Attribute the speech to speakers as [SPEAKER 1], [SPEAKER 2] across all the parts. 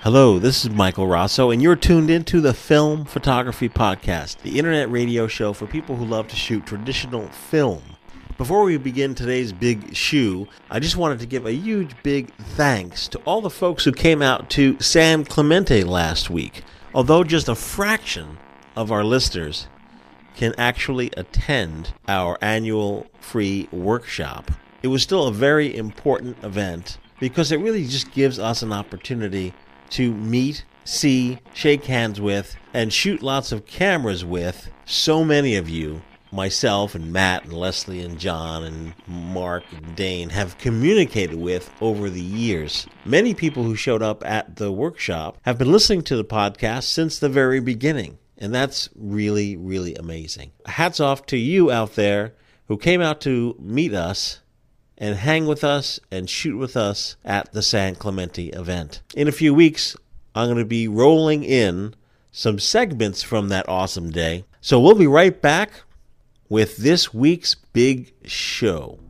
[SPEAKER 1] Hello, this is Michael Rosso, and you're tuned into the Film Photography Podcast, the internet radio show for people who love to shoot traditional film. Before we begin today's big shoe, I just wanted to give a huge big thanks to all the folks who came out to San Clemente last week. Although just a fraction of our listeners can actually attend our annual free workshop. It was still a very important event because it really just gives us an opportunity to meet, see, shake hands with, and shoot lots of cameras with so many of you. Myself and Matt and Leslie and John and Mark and Dane have communicated with over the years. Many people who showed up at the workshop have been listening to the podcast since the very beginning. And that's really, really amazing. Hats off to you out there who came out to meet us and hang with us and shoot with us at the San Clemente event. In a few weeks, I'm going to be rolling in some segments from that awesome day. So we'll be right back with this week's big show.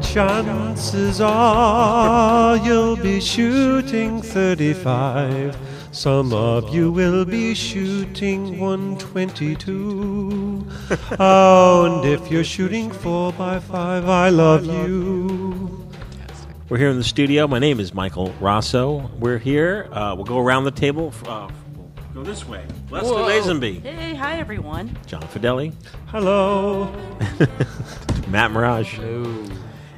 [SPEAKER 2] chances are you'll be shooting 35. Some of you will be shooting 122. oh, and if you're shooting 4x5, I love you.
[SPEAKER 1] We're here in the studio. My name is Michael Rosso. We're here. Uh, we'll go around the table. Uh, we'll go this way. Leslie
[SPEAKER 3] Whoa.
[SPEAKER 1] Lazenby,
[SPEAKER 3] Hey, hi everyone.
[SPEAKER 1] John Fideli,
[SPEAKER 2] Hello.
[SPEAKER 1] Matt Mirage.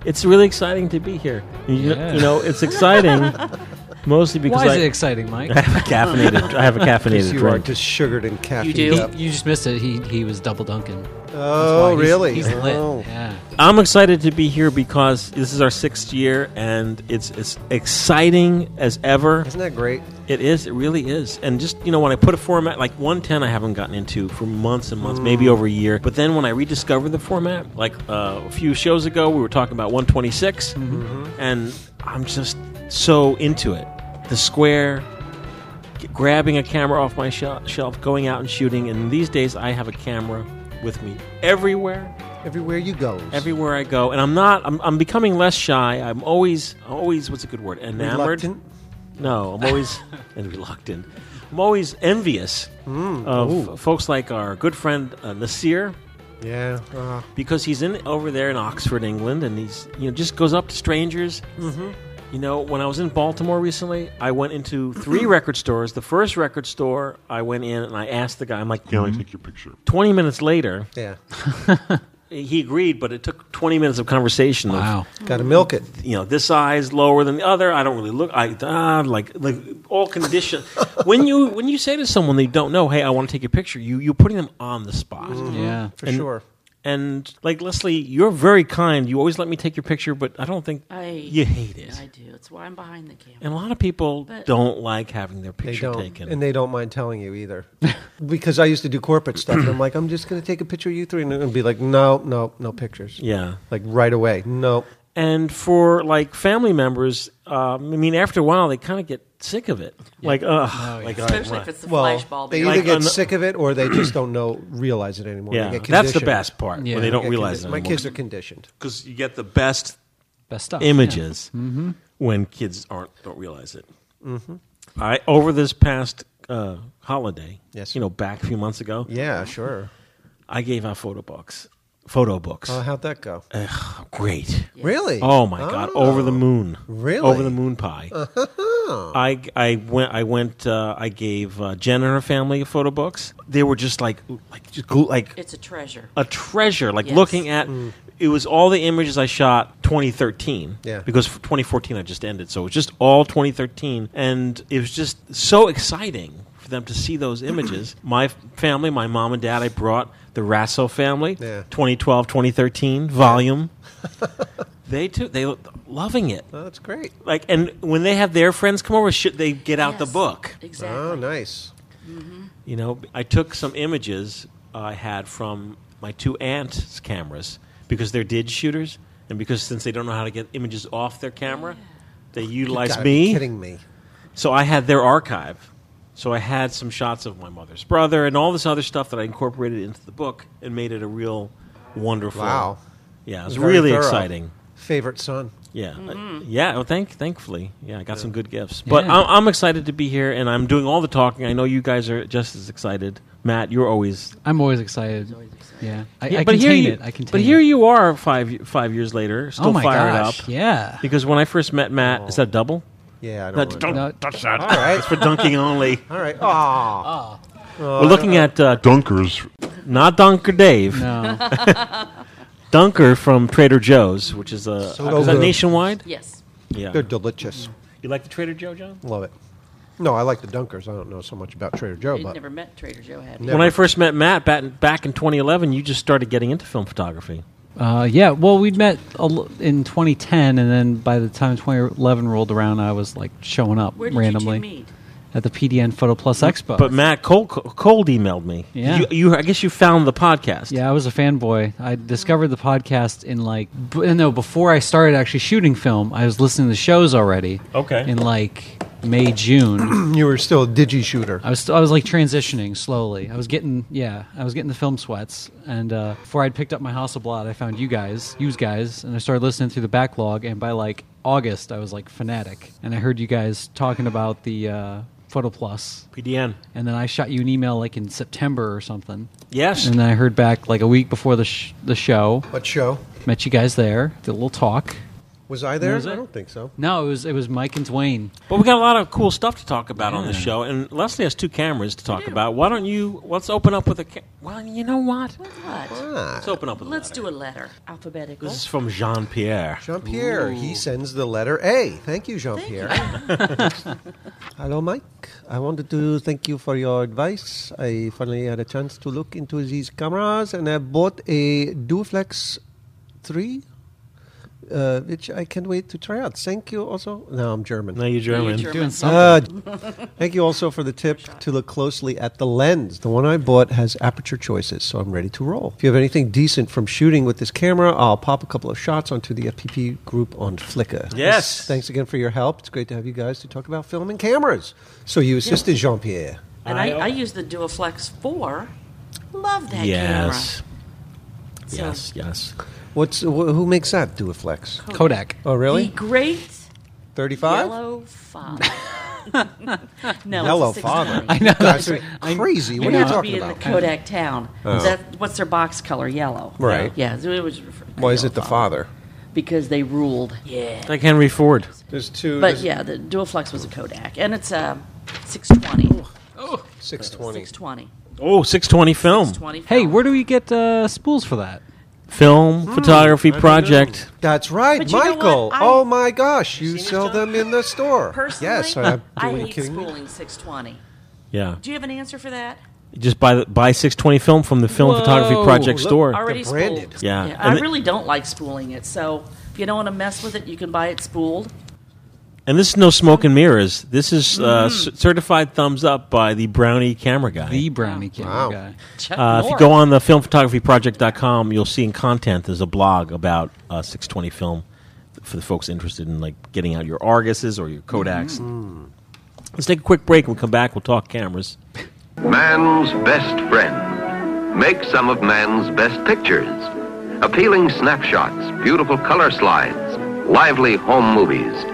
[SPEAKER 1] It's really exciting to be here. You,
[SPEAKER 4] Yeah.
[SPEAKER 1] you know, it's exciting mostly because
[SPEAKER 4] Why
[SPEAKER 1] I,
[SPEAKER 4] is it exciting, Mike?
[SPEAKER 1] I have a caffeinated. I have a caffeinated
[SPEAKER 2] You are
[SPEAKER 1] drink.
[SPEAKER 2] just sugared and caffeine.
[SPEAKER 3] You do?
[SPEAKER 4] He-
[SPEAKER 3] Yep.
[SPEAKER 4] you just missed it. He he was double dunking.
[SPEAKER 2] Oh,
[SPEAKER 4] Why, he's-
[SPEAKER 2] really?
[SPEAKER 4] He's lit.
[SPEAKER 2] Oh.
[SPEAKER 4] Yeah.
[SPEAKER 1] I'm excited to be here because this is our sixth year, and it's it's exciting as ever.
[SPEAKER 2] Isn't that great?
[SPEAKER 1] It is. It really is. And just you know, when I put a format like 110, I haven't gotten into for months and months, maybe over a year. But then when I rediscovered the format, like uh, a few shows ago, we were talking about 126, and I'm just so into it. The square, g- grabbing a camera off my shel- shelf, going out and shooting. And these days, I have a camera with me everywhere
[SPEAKER 2] Everywhere you go.
[SPEAKER 1] everywhere I go, and I'm not. I'm, I'm becoming less shy. I'm always, always. What's a good word? Enamored.
[SPEAKER 2] Reluctant?
[SPEAKER 1] No, I'm always and reluctant. I'm always envious
[SPEAKER 2] Mm.
[SPEAKER 1] of folks like our good friend uh, Nasir
[SPEAKER 2] Yeah. Uh,
[SPEAKER 1] because he's in over there in Oxford, England, and he's you know just goes up to strangers. Mm-hmm. You know, when I was in Baltimore recently, I went into three record stores. The first record store I went in, and I asked the guy, "I'm like, "Hmm?"
[SPEAKER 5] Can I take your picture?
[SPEAKER 1] twenty minutes later."
[SPEAKER 2] yeah.
[SPEAKER 1] He agreed, but it took twenty minutes of conversation. of,
[SPEAKER 4] Wow.
[SPEAKER 2] Gotta milk it.
[SPEAKER 1] you know this eye is lower than the other i don't really look i ah, like like all condition when you when you say to someone they don't know hey i want to take your picture you you're putting them on the spot
[SPEAKER 4] Yeah.
[SPEAKER 2] For
[SPEAKER 1] And-
[SPEAKER 2] sure.
[SPEAKER 1] and like leslie you're very kind you always let me take your picture but i don't think
[SPEAKER 3] I
[SPEAKER 1] you hate it
[SPEAKER 3] I do. It's why I'm behind the camera.
[SPEAKER 1] and a lot of people
[SPEAKER 3] But-
[SPEAKER 1] don't like having their
[SPEAKER 2] They
[SPEAKER 1] picture
[SPEAKER 2] don't,
[SPEAKER 1] taken
[SPEAKER 2] and they don't mind telling you either, because I used to do corporate stuff, and I'm like, I'm just going to take a picture of you three, and it'd be like, no, no, no pictures,
[SPEAKER 1] yeah
[SPEAKER 2] like right away, no.
[SPEAKER 1] and for like family members um, i mean after a while they kind of get sick of it like ugh
[SPEAKER 2] Oh,
[SPEAKER 1] like, all right,
[SPEAKER 3] Especially
[SPEAKER 1] why?
[SPEAKER 3] if it's the
[SPEAKER 2] Well,
[SPEAKER 3] flashbulb.
[SPEAKER 2] they
[SPEAKER 3] You're
[SPEAKER 2] either
[SPEAKER 3] like,
[SPEAKER 2] get
[SPEAKER 1] on the-
[SPEAKER 2] sick of it or they just don't know realize it anymore. They
[SPEAKER 1] yeah
[SPEAKER 2] get
[SPEAKER 1] that's the
[SPEAKER 2] conditioned.
[SPEAKER 1] best part
[SPEAKER 4] Yeah.
[SPEAKER 1] when they
[SPEAKER 2] They
[SPEAKER 1] don't
[SPEAKER 2] get
[SPEAKER 1] realize it
[SPEAKER 2] condi- My
[SPEAKER 1] anymore.
[SPEAKER 2] kids are conditioned.
[SPEAKER 1] because you get the best
[SPEAKER 4] Best stuff.
[SPEAKER 1] images
[SPEAKER 2] Mm-hmm.
[SPEAKER 1] when kids aren't don't realize it. I over this past uh, holiday,
[SPEAKER 2] Yes.
[SPEAKER 1] you know, back a few months ago,
[SPEAKER 2] Yeah, sure.
[SPEAKER 1] I gave out photo books, photo books.
[SPEAKER 2] Oh, how'd that go?
[SPEAKER 1] Ugh, great.
[SPEAKER 2] Really?
[SPEAKER 1] Uh, Oh my god, over the moon.
[SPEAKER 2] Really? Uh-huh.
[SPEAKER 1] Over the moon pie. I I went I went uh, I gave uh, Jen and her family photo books. They were just like like just gl- like
[SPEAKER 3] It's a treasure.
[SPEAKER 1] a treasure. Like
[SPEAKER 3] Yes.
[SPEAKER 1] looking at
[SPEAKER 2] Mm.
[SPEAKER 1] it was all the images I shot 2013.
[SPEAKER 2] Yeah.
[SPEAKER 1] Because 2014 I just ended, so it was just all 2013, and it was just so exciting for them to see those images. my f- family, my mom and dad, I brought the Rasso family.
[SPEAKER 2] Yeah.
[SPEAKER 1] 2012, 2013 volume. they too they lo- loving it.
[SPEAKER 2] Oh, that's great.
[SPEAKER 1] Like and when they have their friends come over, shit, they get out the
[SPEAKER 3] Yes,
[SPEAKER 1] book.
[SPEAKER 2] Oh,
[SPEAKER 3] Exactly.
[SPEAKER 2] nice.
[SPEAKER 1] You know, I took some images I had from my two aunts' cameras because they're DID shooters, and because since they don't know how to get images off their camera, they utilize
[SPEAKER 2] Gotta be
[SPEAKER 1] me.
[SPEAKER 2] Kidding me.
[SPEAKER 1] So I had their archive. So I had some shots of my mother's brother and all this other stuff that I incorporated into the book and made it a real wonderful.
[SPEAKER 2] Wow.
[SPEAKER 1] Yeah, it was
[SPEAKER 2] Very
[SPEAKER 1] really
[SPEAKER 2] thorough.
[SPEAKER 1] exciting.
[SPEAKER 2] Favorite son.
[SPEAKER 1] Yeah, Uh, yeah. Well, thank, thankfully, yeah, I got some good gifts. But
[SPEAKER 4] Yeah.
[SPEAKER 1] I'm, I'm excited to be here, and I'm doing all the talking. I know you guys are just as excited. Matt, you're always.
[SPEAKER 4] I'm always excited. Yeah, I,
[SPEAKER 1] Yeah,
[SPEAKER 4] I contain
[SPEAKER 1] here you,
[SPEAKER 4] it. I contain
[SPEAKER 1] but here
[SPEAKER 4] it.
[SPEAKER 1] you are five five years later, still
[SPEAKER 4] oh my
[SPEAKER 1] fired
[SPEAKER 4] gosh!
[SPEAKER 1] up.
[SPEAKER 4] Yeah.
[SPEAKER 1] Because when I first met Matt, is that a double?
[SPEAKER 2] Yeah, I
[SPEAKER 1] No,
[SPEAKER 2] don't.
[SPEAKER 1] don't
[SPEAKER 2] want
[SPEAKER 4] No,
[SPEAKER 1] touch that.
[SPEAKER 2] All right.
[SPEAKER 1] It's for dunking only.
[SPEAKER 2] All right. Ah. Aw.
[SPEAKER 1] We're looking at uh, dunkers, not Dunker Dave,
[SPEAKER 4] no.
[SPEAKER 1] Dunker from Trader Joe's, which is a
[SPEAKER 2] So
[SPEAKER 1] is that
[SPEAKER 2] good.
[SPEAKER 1] nationwide.
[SPEAKER 3] Yes.
[SPEAKER 1] Yeah,
[SPEAKER 2] They're delicious.
[SPEAKER 1] you like the Trader Joe, John?
[SPEAKER 2] Love it. No, I like the Dunkers. I don't know so much about Trader Joe,
[SPEAKER 3] You'd
[SPEAKER 2] but
[SPEAKER 3] never met Trader Joe, had
[SPEAKER 2] No.
[SPEAKER 1] When
[SPEAKER 3] you?
[SPEAKER 2] Never.
[SPEAKER 1] I first met Matt back back in 2011, you just started getting into film photography.
[SPEAKER 4] Uh, yeah. Well, we'd met a l- in 2010, and then by the time 2011 rolled around, I was like showing up
[SPEAKER 3] Where did
[SPEAKER 4] randomly
[SPEAKER 3] you two meet?
[SPEAKER 4] at the PDN Photo Plus Expo.
[SPEAKER 1] But Matt Cole, Cold emailed me.
[SPEAKER 4] Yeah.
[SPEAKER 1] You, you, I guess you found the podcast.
[SPEAKER 4] Yeah, I was a fanboy. I discovered the podcast in like b- uh, no before I started actually shooting film. I was listening to shows already.
[SPEAKER 1] Okay.
[SPEAKER 4] In like May June,
[SPEAKER 2] you were still a digi shooter.
[SPEAKER 4] I was st- I was like transitioning slowly. I was getting yeah, I was getting the film sweats. And uh, before I'd picked up my Hasselblad, I found you guys, you guys, and I started listening through the backlog. And by like August, I was like fanatic. And I heard you guys talking about the uh, Photo Plus.
[SPEAKER 1] PDN.
[SPEAKER 4] And then I shot you an email like in September or something.
[SPEAKER 1] Yes.
[SPEAKER 4] And then I heard back like a week before the sh- the show.
[SPEAKER 2] What show?
[SPEAKER 4] Met you guys there. Did a little talk.
[SPEAKER 2] Was I there?
[SPEAKER 4] Was
[SPEAKER 2] I
[SPEAKER 4] it?
[SPEAKER 2] don't think so.
[SPEAKER 4] No, it was it was Mike and Dwayne.
[SPEAKER 1] but we got a lot of cool stuff to talk about on the
[SPEAKER 4] Yeah.
[SPEAKER 1] show, and Leslie has two cameras to talk
[SPEAKER 3] do.
[SPEAKER 1] about. Why don't you? Let's open up with a. Ca- well, you know what?
[SPEAKER 3] What?
[SPEAKER 2] Ah,
[SPEAKER 1] Let's open up with. a
[SPEAKER 3] Let's
[SPEAKER 1] letter.
[SPEAKER 3] do a letter. Alphabetical.
[SPEAKER 1] This is from Jean Pierre.
[SPEAKER 2] Jean Pierre. He sends the letter A. Thank you, Jean Pierre. Hello, Mike. I wanted to thank you for your advice. I finally had a chance to look into these cameras, and I bought a Duflex three, uh, which I can't wait to try out. Thank you. Also, now I'm German.
[SPEAKER 1] Now you're German.
[SPEAKER 3] German.
[SPEAKER 4] Doing something.
[SPEAKER 2] Uh, thank you also for the tip to look closely at the lens. The one I bought has aperture choices, so I'm ready to roll. If you have anything decent from shooting with this camera, I'll pop a couple of shots onto the FPP group on Flickr.
[SPEAKER 1] Yes.
[SPEAKER 2] Thanks again for your help. It's great to have you guys to talk about film and cameras. So you assisted Jean Pierre.
[SPEAKER 3] and I, I used the Duoflex 4. Love that
[SPEAKER 1] Yes.
[SPEAKER 3] camera. So,
[SPEAKER 1] Yes. Yes.
[SPEAKER 2] What's wh- who makes that do a flex?
[SPEAKER 4] Kodak.
[SPEAKER 2] Oh, really?
[SPEAKER 3] The great
[SPEAKER 2] Thirty-five.
[SPEAKER 3] yellow father. no,
[SPEAKER 2] Hello,
[SPEAKER 3] it's a
[SPEAKER 2] father.
[SPEAKER 3] 69.
[SPEAKER 4] I know.
[SPEAKER 2] Guys
[SPEAKER 4] that's
[SPEAKER 2] are
[SPEAKER 4] right.
[SPEAKER 2] crazy.
[SPEAKER 4] I
[SPEAKER 2] What are
[SPEAKER 4] know.
[SPEAKER 2] you
[SPEAKER 3] Used to
[SPEAKER 2] talking
[SPEAKER 3] be in the
[SPEAKER 2] about?
[SPEAKER 3] Kodak town.
[SPEAKER 2] Oh.
[SPEAKER 3] That, what's their box color? Yellow.
[SPEAKER 2] Right.
[SPEAKER 3] Yeah. so it was referred to
[SPEAKER 2] Why is
[SPEAKER 3] yellow
[SPEAKER 2] it the father?
[SPEAKER 3] Because they ruled. Yeah.
[SPEAKER 1] Like Henry Ford.
[SPEAKER 2] There's two.
[SPEAKER 3] But yeah, the dual flex was a Kodak, and it's uh, a 620.
[SPEAKER 2] six twenty.
[SPEAKER 3] 620.
[SPEAKER 1] Oh, 620 film.
[SPEAKER 3] 620
[SPEAKER 4] Hey,
[SPEAKER 3] film.
[SPEAKER 4] where do we get uh, spools for that?
[SPEAKER 1] Film
[SPEAKER 3] Hmm.
[SPEAKER 1] photography project.
[SPEAKER 2] That's right,
[SPEAKER 3] But you know
[SPEAKER 2] Michael.
[SPEAKER 3] what? I-
[SPEAKER 2] oh my gosh, you sell
[SPEAKER 3] John?
[SPEAKER 2] them in the store.
[SPEAKER 3] Personally,
[SPEAKER 2] yes, I,
[SPEAKER 3] I
[SPEAKER 2] are you
[SPEAKER 3] hate
[SPEAKER 2] kidding me?
[SPEAKER 3] spooling 620.
[SPEAKER 1] Yeah.
[SPEAKER 3] Do you have an answer for that?
[SPEAKER 1] Just buy the, buy 620 film from the Film Photography
[SPEAKER 4] Whoa.
[SPEAKER 1] Project
[SPEAKER 2] Look,
[SPEAKER 1] store.
[SPEAKER 3] Already
[SPEAKER 2] branded.
[SPEAKER 3] spooled.
[SPEAKER 1] Yeah.
[SPEAKER 3] I
[SPEAKER 1] And the-
[SPEAKER 3] really don't like spooling it. So if you don't want to mess with it, you can buy it spooled.
[SPEAKER 1] And this is no smoke and mirrors. This is uh, c- certified thumbs up by the Brownie camera guy.
[SPEAKER 4] The brownie camera
[SPEAKER 2] Wow.
[SPEAKER 4] guy.
[SPEAKER 1] uh, if you go on the filmphotographyproject.com, you'll see in content there's a blog about uh, 620 film for the folks interested in like getting out your Arguses or your Kodaks. Let's take a quick break. When we come back, we'll talk cameras.
[SPEAKER 5] Man's best friend. Make some of man's best pictures. Appealing snapshots, beautiful color slides, lively home movies.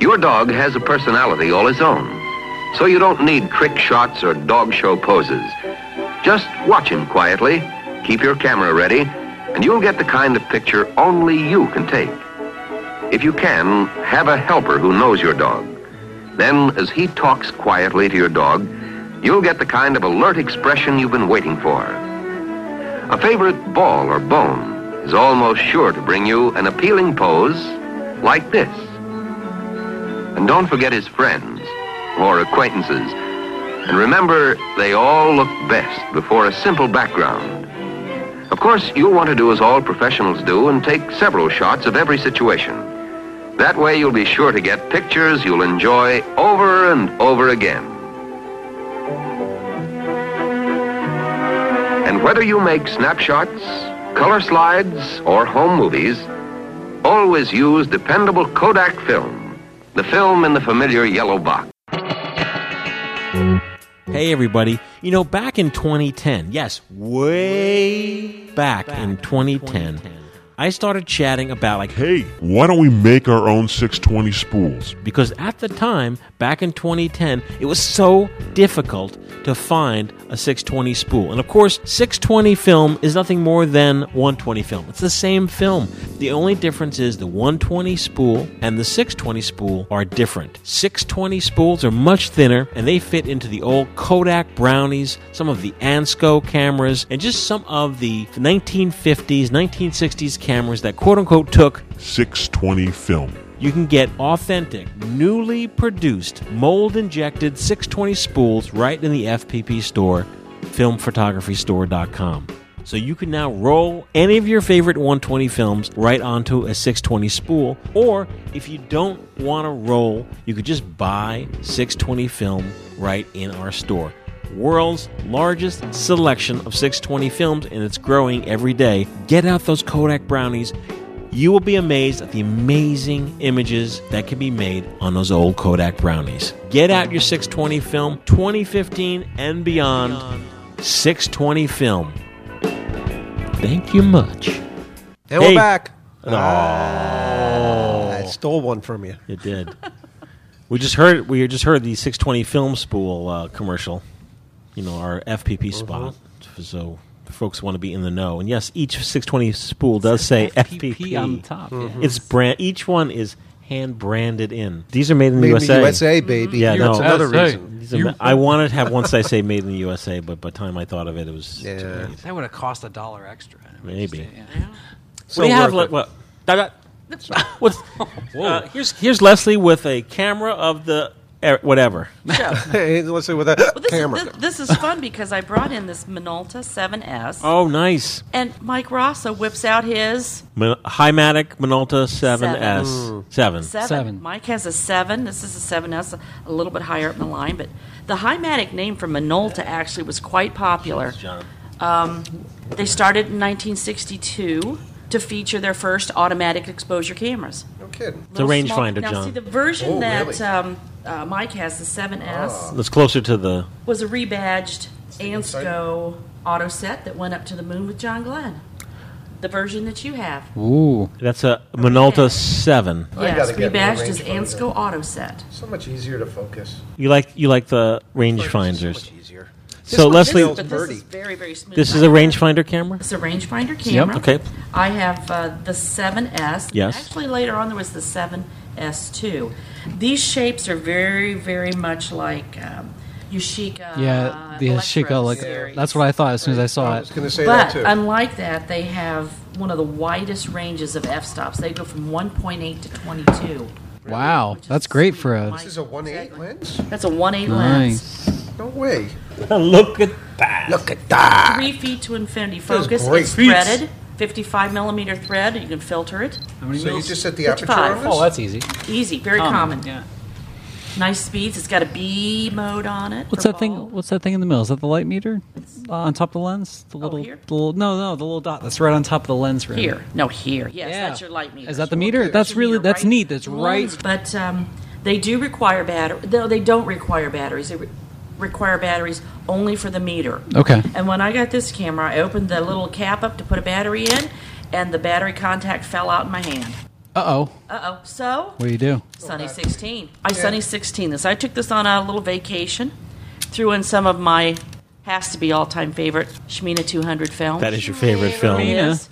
[SPEAKER 5] Your dog has a personality all his own, so you don't need trick shots or dog show poses. Just watch him quietly, keep your camera ready, and you'll get the kind of picture only you can take. If you can, have a helper who knows your dog. Then, as he talks quietly to your dog, you'll get the kind of alert expression you've been waiting for. A favorite ball or bone is almost sure to bring you an appealing pose like this. And don't forget his friends or acquaintances. And remember, they all look best before a simple background. Of course, you'll want to do as all professionals do and take several shots of every situation. That way, you'll be sure to get pictures you'll enjoy over and over again. And whether you make snapshots, color slides, or home movies, always use dependable Kodak film, the film in the familiar yellow box.
[SPEAKER 1] Hey, everybody. You know, back in 2010, yes, way back, in 2010, I started chatting about, like, hey,
[SPEAKER 6] Why don't we make our own 620 spools?
[SPEAKER 1] because at the time, back in 2010, it was so difficult to find a 620 spool. And of course, 620 film is nothing more than 120 film. It's the same film. The only difference is the 120 spool and the 620 spool are different. 620 spools are much thinner and they fit into the old Kodak brownies, some of the Ansco cameras, and just some of the 1950s, 1960s cameras that quote unquote took
[SPEAKER 6] 620 film.
[SPEAKER 1] you can get authentic, newly produced, mold injected 620 spools right in the FPP store, filmphotographystore.com. So you can now roll any of your favorite 120 films right onto a 620 spool, or if you don't want to roll, you could just buy 620 film right in our store world's largest selection of 620 films, and it's growing every day. Get out those Kodak brownies. You will be amazed at the amazing images that can be made on those old Kodak brownies. Get out your 620 film 2015 and beyond. 620 film. Thank you much.
[SPEAKER 2] And
[SPEAKER 1] Hey.
[SPEAKER 2] we're back. Ah, I stole one from you.
[SPEAKER 1] It did. we just heard we just heard the 620 film spool uh, commercial. You know our FPP spot. So folks want to be in the know. And yes, each 620 spool does say FPP,
[SPEAKER 4] on top. yeah.
[SPEAKER 1] It's brand. Each one is hand branded in. These are made in the
[SPEAKER 2] Made in
[SPEAKER 1] USA.
[SPEAKER 2] the USA,
[SPEAKER 3] Mm-hmm.
[SPEAKER 2] baby.
[SPEAKER 1] Yeah, no.
[SPEAKER 2] That's another
[SPEAKER 4] Hey.
[SPEAKER 2] reason.
[SPEAKER 1] These are ma- I wanted to have one say made in the USA, but by the time I thought of it, it was too
[SPEAKER 2] Yeah.
[SPEAKER 1] late.
[SPEAKER 4] That would have cost a dollar extra. I mean,
[SPEAKER 1] Maybe.
[SPEAKER 4] just, yeah.
[SPEAKER 1] what do you have?
[SPEAKER 2] worth
[SPEAKER 1] Like,
[SPEAKER 2] it.
[SPEAKER 1] what? Da- da- What's, uh, here's here's Leslie with a camera of the er, whatever.
[SPEAKER 3] Show.
[SPEAKER 2] Hey, let's see with that
[SPEAKER 3] Well, this,
[SPEAKER 2] camera.
[SPEAKER 3] Is, thi- this, is fun because I brought in this Minolta 7S,
[SPEAKER 1] Oh, nice.
[SPEAKER 3] and Mike Rosso whips out his
[SPEAKER 1] Min- Hymatic Minolta 7S.
[SPEAKER 3] Seven. Mm.
[SPEAKER 1] 7.
[SPEAKER 3] seven.
[SPEAKER 4] Seven.
[SPEAKER 3] Mike has a seven. This is a 7S, a little bit higher up in the line, but the Hymatic name for Minolta actually was quite popular. Um,
[SPEAKER 1] John.
[SPEAKER 3] They started in 1962 to feature their first automatic exposure cameras.
[SPEAKER 2] no kidding.
[SPEAKER 1] It's a
[SPEAKER 3] Little small-
[SPEAKER 1] rangefinder,
[SPEAKER 3] now, see,
[SPEAKER 1] John.
[SPEAKER 3] the version
[SPEAKER 2] Oh,
[SPEAKER 3] that
[SPEAKER 2] really? Ah.
[SPEAKER 3] um, uh, Mike has, the 7S,
[SPEAKER 1] That's closer to the.
[SPEAKER 3] was a rebadged Ansco auto set that went up to the moon with John Glenn. The version that you have.
[SPEAKER 4] Ooh.
[SPEAKER 1] That's a Minolta 7.
[SPEAKER 2] I
[SPEAKER 3] yes,
[SPEAKER 2] gotta get my
[SPEAKER 3] rebadged as
[SPEAKER 2] rangefinder.
[SPEAKER 3] Ansco auto set.
[SPEAKER 2] So much easier to focus.
[SPEAKER 1] You like you like the rangefinders. So
[SPEAKER 3] This,
[SPEAKER 1] Leslie,
[SPEAKER 2] Smells
[SPEAKER 3] but this
[SPEAKER 2] pretty.
[SPEAKER 3] is very, very smooth.
[SPEAKER 1] this is a rangefinder camera.
[SPEAKER 3] It's a rangefinder camera.
[SPEAKER 1] Okay.
[SPEAKER 3] I have uh, the 7S.
[SPEAKER 1] Yes.
[SPEAKER 3] Actually, later on, there was the 7S2. These shapes are very, very much like um, Yashica.
[SPEAKER 4] Yeah, the
[SPEAKER 3] Electro
[SPEAKER 4] Sheikah, like
[SPEAKER 3] series.
[SPEAKER 4] that's what I thought as soon as I saw
[SPEAKER 2] I
[SPEAKER 4] it.
[SPEAKER 2] was going to say that
[SPEAKER 3] But
[SPEAKER 2] too.
[SPEAKER 3] unlike that, they have one of the widest ranges of f stops. They go from 1.8 to 22.
[SPEAKER 4] Wow, that's great for
[SPEAKER 2] this
[SPEAKER 4] us.
[SPEAKER 2] is a 1.8 lens?
[SPEAKER 3] That's a 1.8 lens.
[SPEAKER 4] Nice.
[SPEAKER 2] No way.
[SPEAKER 1] Look at that.
[SPEAKER 2] Look at that.
[SPEAKER 3] Three feet to infinity
[SPEAKER 2] That's
[SPEAKER 3] focus.
[SPEAKER 2] great.
[SPEAKER 3] It's threaded, 55 millimeter thread. You can filter it.
[SPEAKER 2] So you just set the
[SPEAKER 3] Which
[SPEAKER 2] aperture
[SPEAKER 3] five?
[SPEAKER 2] on this?
[SPEAKER 4] Oh, that's easy.
[SPEAKER 3] Easy, very common.
[SPEAKER 4] Yeah.
[SPEAKER 3] Nice speeds. It's got a B mode on it.
[SPEAKER 4] What's
[SPEAKER 3] for
[SPEAKER 4] that thing?
[SPEAKER 3] bulb.
[SPEAKER 4] What's that thing in the middle? Is that the light meter uh, on top of the lens? The little,
[SPEAKER 3] here?
[SPEAKER 4] the little, no, no, the little dot that's right on top of the lens rim.
[SPEAKER 3] Here, no, here. Yes,
[SPEAKER 4] Yeah.
[SPEAKER 3] that's your light meter.
[SPEAKER 4] Is that the meter? That's
[SPEAKER 3] your
[SPEAKER 4] really
[SPEAKER 3] meter,
[SPEAKER 4] that's
[SPEAKER 3] right?
[SPEAKER 4] neat. That's right.
[SPEAKER 3] But um, they do require battery. Though they don't require batteries. They re- require batteries only for the meter.
[SPEAKER 4] Okay.
[SPEAKER 3] And when I got this camera, I opened the little cap up to put a battery in, and the battery contact fell out in my hand.
[SPEAKER 4] Uh oh.
[SPEAKER 3] Uh oh. So
[SPEAKER 4] What do you do?
[SPEAKER 3] Sunny 16. I Sunny 16 this. I took this on a little vacation, threw in some of my has to be all time favorite Shemina 200 film.
[SPEAKER 1] That is your favorite film.
[SPEAKER 2] Oh,
[SPEAKER 4] Shemina.
[SPEAKER 3] It is.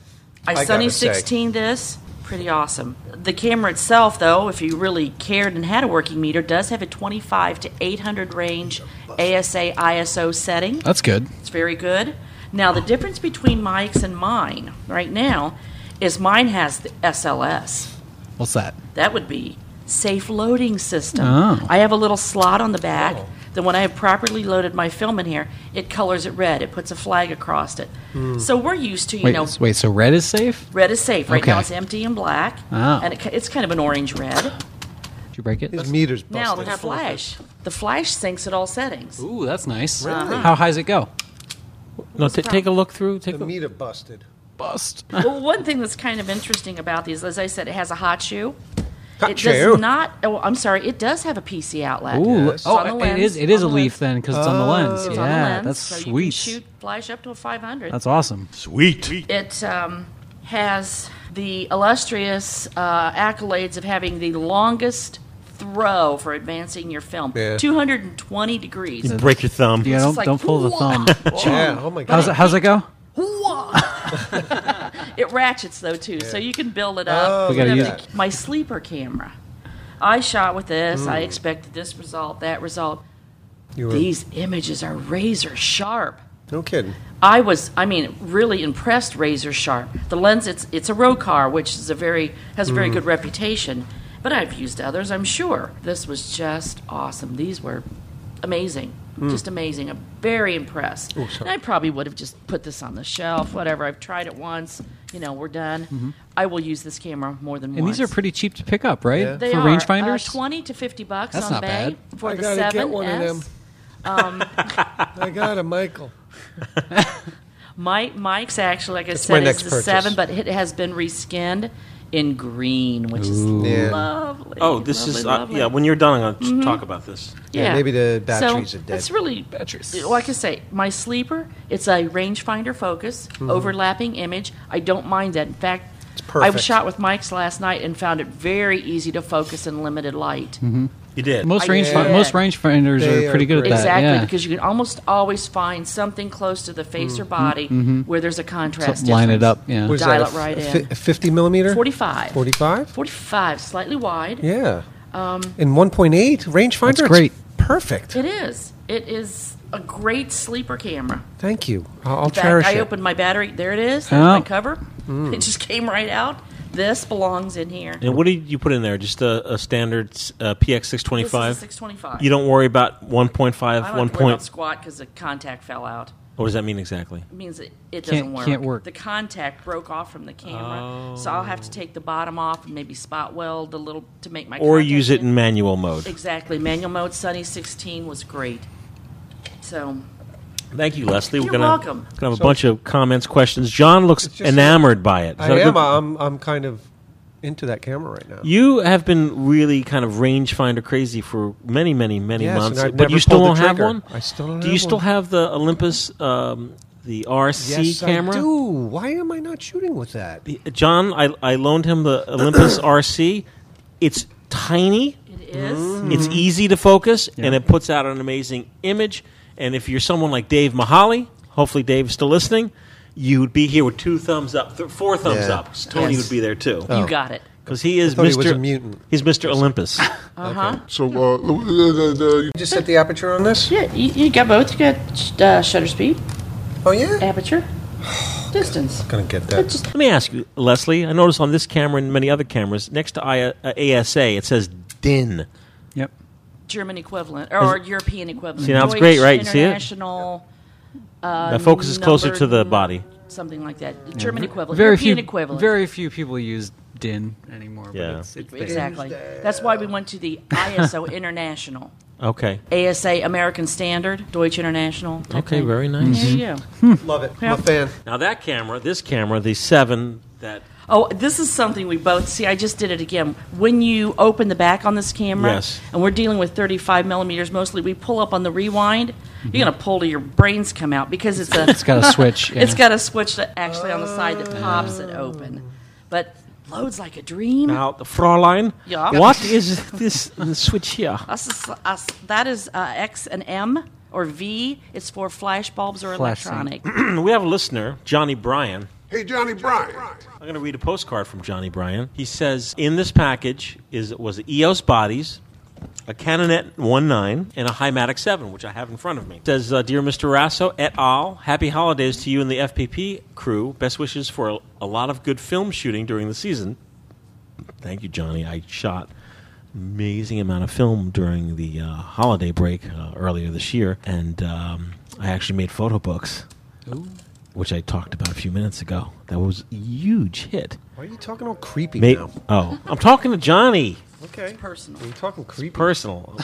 [SPEAKER 3] I
[SPEAKER 2] gotta
[SPEAKER 3] Sunny
[SPEAKER 2] say.
[SPEAKER 3] 16 this. Pretty awesome. The camera itself, though, if you really cared and had a working meter, does have a 25 to 800 range ASA ISO setting.
[SPEAKER 4] That's good.
[SPEAKER 3] It's very good. Now, the difference between Mike's and mine right now is mine has the SLS.
[SPEAKER 4] What's that?
[SPEAKER 3] That would be safe loading system.
[SPEAKER 4] Oh.
[SPEAKER 3] I have a little slot on the back
[SPEAKER 2] Oh.
[SPEAKER 3] that when I have properly loaded my film in here, it colors it red. It puts a flag across it.
[SPEAKER 2] Hmm.
[SPEAKER 3] So we're used to, you
[SPEAKER 4] Wait,
[SPEAKER 3] know,
[SPEAKER 4] s- wait. So red is safe?
[SPEAKER 3] red is safe. Right now
[SPEAKER 4] Okay.
[SPEAKER 3] it's empty and black,
[SPEAKER 4] Ah.
[SPEAKER 3] and it, ki- it's kind of an orange red.
[SPEAKER 4] Did you break it?
[SPEAKER 2] His meter's
[SPEAKER 3] Now
[SPEAKER 2] busted.
[SPEAKER 3] the flash, the flash syncs at all settings.
[SPEAKER 4] Ooh, that's nice.
[SPEAKER 3] Uh-huh.
[SPEAKER 2] Really?
[SPEAKER 4] How high's it go?
[SPEAKER 7] No, t- take a look through. Take
[SPEAKER 2] the
[SPEAKER 7] a
[SPEAKER 2] meter busted.
[SPEAKER 4] Bust.
[SPEAKER 3] well, one thing that's kind of interesting about these, as I said, it has a hot shoe.
[SPEAKER 2] Hot
[SPEAKER 3] it
[SPEAKER 2] shoe.
[SPEAKER 3] does not. Oh, I'm sorry. It does have a PC outlet.
[SPEAKER 4] Ooh.
[SPEAKER 2] Yes.
[SPEAKER 4] Oh,
[SPEAKER 3] On the
[SPEAKER 4] it
[SPEAKER 3] lens,
[SPEAKER 4] is. It is a
[SPEAKER 3] on the
[SPEAKER 4] leaf
[SPEAKER 3] lens.
[SPEAKER 4] then because it's on the lens.
[SPEAKER 3] It's
[SPEAKER 4] yeah,
[SPEAKER 3] on the lens,
[SPEAKER 4] that's
[SPEAKER 3] so You can
[SPEAKER 4] sweet.
[SPEAKER 3] shoot flash up to a 500.
[SPEAKER 4] that's awesome.
[SPEAKER 1] Sweet.
[SPEAKER 3] it um, has the illustrious uh, accolades of having the longest throw for advancing your film,
[SPEAKER 2] Yeah.
[SPEAKER 3] 220 degrees.
[SPEAKER 1] You break your thumb.
[SPEAKER 4] Yeah, don't
[SPEAKER 3] like,
[SPEAKER 4] don't pull the
[SPEAKER 3] whoa.
[SPEAKER 4] thumb.
[SPEAKER 2] Yeah. Oh my
[SPEAKER 4] How's it,
[SPEAKER 2] god.
[SPEAKER 4] how's it go?
[SPEAKER 3] It ratchets though too, so you can build it up.
[SPEAKER 2] Oh,
[SPEAKER 4] We gotta
[SPEAKER 3] You
[SPEAKER 4] use
[SPEAKER 3] have
[SPEAKER 4] it.
[SPEAKER 3] to- my sleeper camera. I shot with this. I expected this result, that result.
[SPEAKER 2] Mm. You were-
[SPEAKER 3] These images are razor sharp.
[SPEAKER 2] no kidding.
[SPEAKER 3] I was, I mean, really impressed. Razor sharp. The lens, it's it's a Rocar, which is a very has a very
[SPEAKER 4] Mm-hmm.
[SPEAKER 3] good reputation. But I've used others, I'm sure. This was just awesome. These were amazing,
[SPEAKER 4] Mm.
[SPEAKER 3] just amazing. I'm very impressed.
[SPEAKER 4] Oh,
[SPEAKER 3] And I probably would have just put this on the shelf, whatever. I've tried it once. You know, we're done. I will use this camera more than
[SPEAKER 4] Mm-hmm. And
[SPEAKER 3] once.
[SPEAKER 4] these are pretty cheap to pick up, right?
[SPEAKER 2] Yeah.
[SPEAKER 3] They
[SPEAKER 4] For
[SPEAKER 3] are,
[SPEAKER 4] rangefinders.
[SPEAKER 3] uh, twenty to fifty bucks
[SPEAKER 4] That's
[SPEAKER 3] on
[SPEAKER 4] not
[SPEAKER 3] Bay for
[SPEAKER 2] I
[SPEAKER 3] the
[SPEAKER 2] gotta
[SPEAKER 3] seven
[SPEAKER 2] get one of them.
[SPEAKER 3] S.
[SPEAKER 2] I got a Michael.
[SPEAKER 3] My Mike's actually, like I
[SPEAKER 2] It's my
[SPEAKER 3] said,
[SPEAKER 2] next
[SPEAKER 3] is the
[SPEAKER 2] purchase.
[SPEAKER 3] seven, but it has been reskinned in green, which is
[SPEAKER 2] Yeah.
[SPEAKER 3] lovely.
[SPEAKER 1] Oh, this
[SPEAKER 3] lovely,
[SPEAKER 1] is uh,
[SPEAKER 3] lovely. Mm-hmm.
[SPEAKER 1] yeah. When you're done, I'm gonna t- talk about this.
[SPEAKER 2] Yeah, maybe the batteries
[SPEAKER 3] so
[SPEAKER 2] are dead.
[SPEAKER 3] It's really
[SPEAKER 4] Batteries.
[SPEAKER 3] Like I say, my sleeper. It's a rangefinder focus,
[SPEAKER 2] Mm-hmm.
[SPEAKER 3] overlapping image. I don't mind that. In fact, I
[SPEAKER 2] perfect.
[SPEAKER 3] shot with Mike's last night and found it very easy to focus in limited light.
[SPEAKER 4] Mm-hmm.
[SPEAKER 1] You did.
[SPEAKER 4] Most
[SPEAKER 3] I-
[SPEAKER 4] range
[SPEAKER 3] Yeah.
[SPEAKER 4] most rangefinders
[SPEAKER 2] They
[SPEAKER 4] are pretty
[SPEAKER 2] are
[SPEAKER 4] good
[SPEAKER 2] great.
[SPEAKER 4] at that.
[SPEAKER 3] Exactly,
[SPEAKER 4] yeah.
[SPEAKER 3] because you can almost always find something close to the face or body where there's a contrast.
[SPEAKER 4] Mm-hmm. So line it
[SPEAKER 3] difference.
[SPEAKER 4] up. Yeah.
[SPEAKER 2] What is
[SPEAKER 3] Dial
[SPEAKER 2] that,
[SPEAKER 3] it
[SPEAKER 2] a
[SPEAKER 3] right
[SPEAKER 2] f-
[SPEAKER 3] in.
[SPEAKER 2] a 50 millimeter?
[SPEAKER 3] 45.
[SPEAKER 2] 45?
[SPEAKER 3] 45, slightly wide.
[SPEAKER 2] Yeah.
[SPEAKER 3] Um,
[SPEAKER 2] and 1.8 rangefinder.
[SPEAKER 4] That's great.
[SPEAKER 2] it's Perfect.
[SPEAKER 3] It is. It is a great sleeper camera.
[SPEAKER 2] Thank you. I'll, I'll
[SPEAKER 3] In fact,
[SPEAKER 2] cherish
[SPEAKER 3] I
[SPEAKER 2] it. Hmm.
[SPEAKER 3] opened my battery. There it is. There's
[SPEAKER 4] Oh.
[SPEAKER 3] my cover. It just came right out. This belongs in here.
[SPEAKER 1] And what did you put in there? Just a, a standard uh,
[SPEAKER 3] This is a
[SPEAKER 1] PX625.
[SPEAKER 3] 625.
[SPEAKER 1] You don't worry about 1.5,
[SPEAKER 3] I don't
[SPEAKER 1] 1.
[SPEAKER 3] have to worry about
[SPEAKER 1] Point.
[SPEAKER 3] squat because the contact fell out.
[SPEAKER 1] What does that mean exactly?
[SPEAKER 3] It means it, it doesn't
[SPEAKER 4] Can't-
[SPEAKER 3] work.
[SPEAKER 4] can't work.
[SPEAKER 3] The contact broke off from the camera, so I'll
[SPEAKER 1] Oh.
[SPEAKER 3] have to take the bottom off and maybe spot weld a little to make my.
[SPEAKER 1] Or
[SPEAKER 3] contact
[SPEAKER 1] use it
[SPEAKER 3] in.
[SPEAKER 1] in manual mode.
[SPEAKER 3] Exactly. Manual mode Sunny 16 was great. So
[SPEAKER 1] Thank you, Leslie.
[SPEAKER 3] You're
[SPEAKER 1] We're gonna,
[SPEAKER 3] welcome.
[SPEAKER 1] gonna have a bunch of comments, questions. John looks enamored by it. Is that
[SPEAKER 2] I
[SPEAKER 1] a
[SPEAKER 2] am. uh,
[SPEAKER 1] good-
[SPEAKER 2] I'm, I'm kind of into that camera right now.
[SPEAKER 1] You have been really kind of rangefinder crazy for many, many, many
[SPEAKER 2] Yes,
[SPEAKER 1] months,
[SPEAKER 2] and I've
[SPEAKER 1] but
[SPEAKER 2] never
[SPEAKER 1] you still don't
[SPEAKER 2] pulled the
[SPEAKER 1] have
[SPEAKER 2] trigger.
[SPEAKER 1] one.
[SPEAKER 2] I still don't
[SPEAKER 1] Do you
[SPEAKER 2] have
[SPEAKER 1] still
[SPEAKER 2] one.
[SPEAKER 1] have the Olympus, um, the RC
[SPEAKER 2] yes,
[SPEAKER 1] camera?
[SPEAKER 2] I do. Why am I not shooting with that?
[SPEAKER 1] The- John, I, I loaned him the Olympus RC. It's tiny.
[SPEAKER 3] it is.
[SPEAKER 2] Mm.
[SPEAKER 1] It's easy to focus, and it puts out an amazing image. And if you're someone like Dave Mahali, hopefully Dave's still listening, you would be here with two thumbs up, th- four thumbs
[SPEAKER 2] Yeah. Oh.
[SPEAKER 1] up. Tony
[SPEAKER 3] Yes.
[SPEAKER 1] would be there too,
[SPEAKER 3] You got it.
[SPEAKER 1] because he is
[SPEAKER 2] thought
[SPEAKER 1] Mr.
[SPEAKER 2] he was a mutant.
[SPEAKER 1] He's Mr. Olympus.
[SPEAKER 6] So, uh, the- the- the-
[SPEAKER 2] You just set the aperture on this?
[SPEAKER 3] Yeah, you, you got both. You got uh, shutter speed,
[SPEAKER 2] Oh, yeah?
[SPEAKER 3] aperture, distance.
[SPEAKER 2] Gonna get that.
[SPEAKER 1] Let me ask you, Leslie. I noticed on this camera and many other cameras next to I, uh, ASA, it says DIN.
[SPEAKER 4] Yep.
[SPEAKER 3] German equivalent or European equivalent.
[SPEAKER 1] See, now it's great, right? You see it?
[SPEAKER 3] International. Uh,
[SPEAKER 1] That focuses closer to the
[SPEAKER 3] numbered-
[SPEAKER 1] body.
[SPEAKER 3] Something like that. German equivalent.
[SPEAKER 4] Very
[SPEAKER 3] European
[SPEAKER 4] few.
[SPEAKER 3] equivalent.
[SPEAKER 4] Very few people use DIN anymore.
[SPEAKER 1] Yeah.
[SPEAKER 4] But it's, it's there.
[SPEAKER 3] exactly. That's why we went to the ISO International,
[SPEAKER 1] Okay.
[SPEAKER 3] ASA American Standard, Deutsch International. type
[SPEAKER 1] Okay, Mm-hmm.
[SPEAKER 3] thing.
[SPEAKER 1] very nice.
[SPEAKER 3] There you go.
[SPEAKER 2] Love it. I'm a fan.
[SPEAKER 1] Now that camera, this camera, the seven that
[SPEAKER 3] Oh, this is something we both see. I just did it again. When you open the back on this camera,
[SPEAKER 1] Yes.
[SPEAKER 3] and we're dealing with 35 millimeters mostly, we pull up on the rewind. You're gonna pull till your brains come out because it's a.
[SPEAKER 4] It's got a switch. Yeah.
[SPEAKER 3] It's got a switch that actually on the side that pops it open, but loads like a dream.
[SPEAKER 1] now the Fraulein.
[SPEAKER 3] Yeah.
[SPEAKER 1] What is this switch here?
[SPEAKER 3] Us is- us- that is uh, X and M or V is for flash bulbs or
[SPEAKER 4] Flashing.
[SPEAKER 3] electronic.
[SPEAKER 1] Hmm, we have a listener, Johnny Bryan.
[SPEAKER 6] Hey, Johnny Bryan.
[SPEAKER 1] I'm going to read a postcard from Johnny Bryan. He says, "In this package is was EOS bodies, a Canonet 19, and a Hymatic 7, which I have in front of me." Says, uh, "Dear Mr. Rasso et al, happy holidays to you and the FPP crew. Best wishes for a, a lot of good film shooting during the season." Thank you, Johnny. I shot amazing amount of film during the uh, holiday break uh, earlier this year, and um, I actually made photo books which I talked about a few minutes ago. That was a huge hit.
[SPEAKER 2] Why are you talking all creepy
[SPEAKER 1] Ma-
[SPEAKER 2] now?
[SPEAKER 1] oh, I'm talking to Johnny.
[SPEAKER 2] Okay.
[SPEAKER 3] Personal.
[SPEAKER 2] You're talking creepy.
[SPEAKER 1] Personal.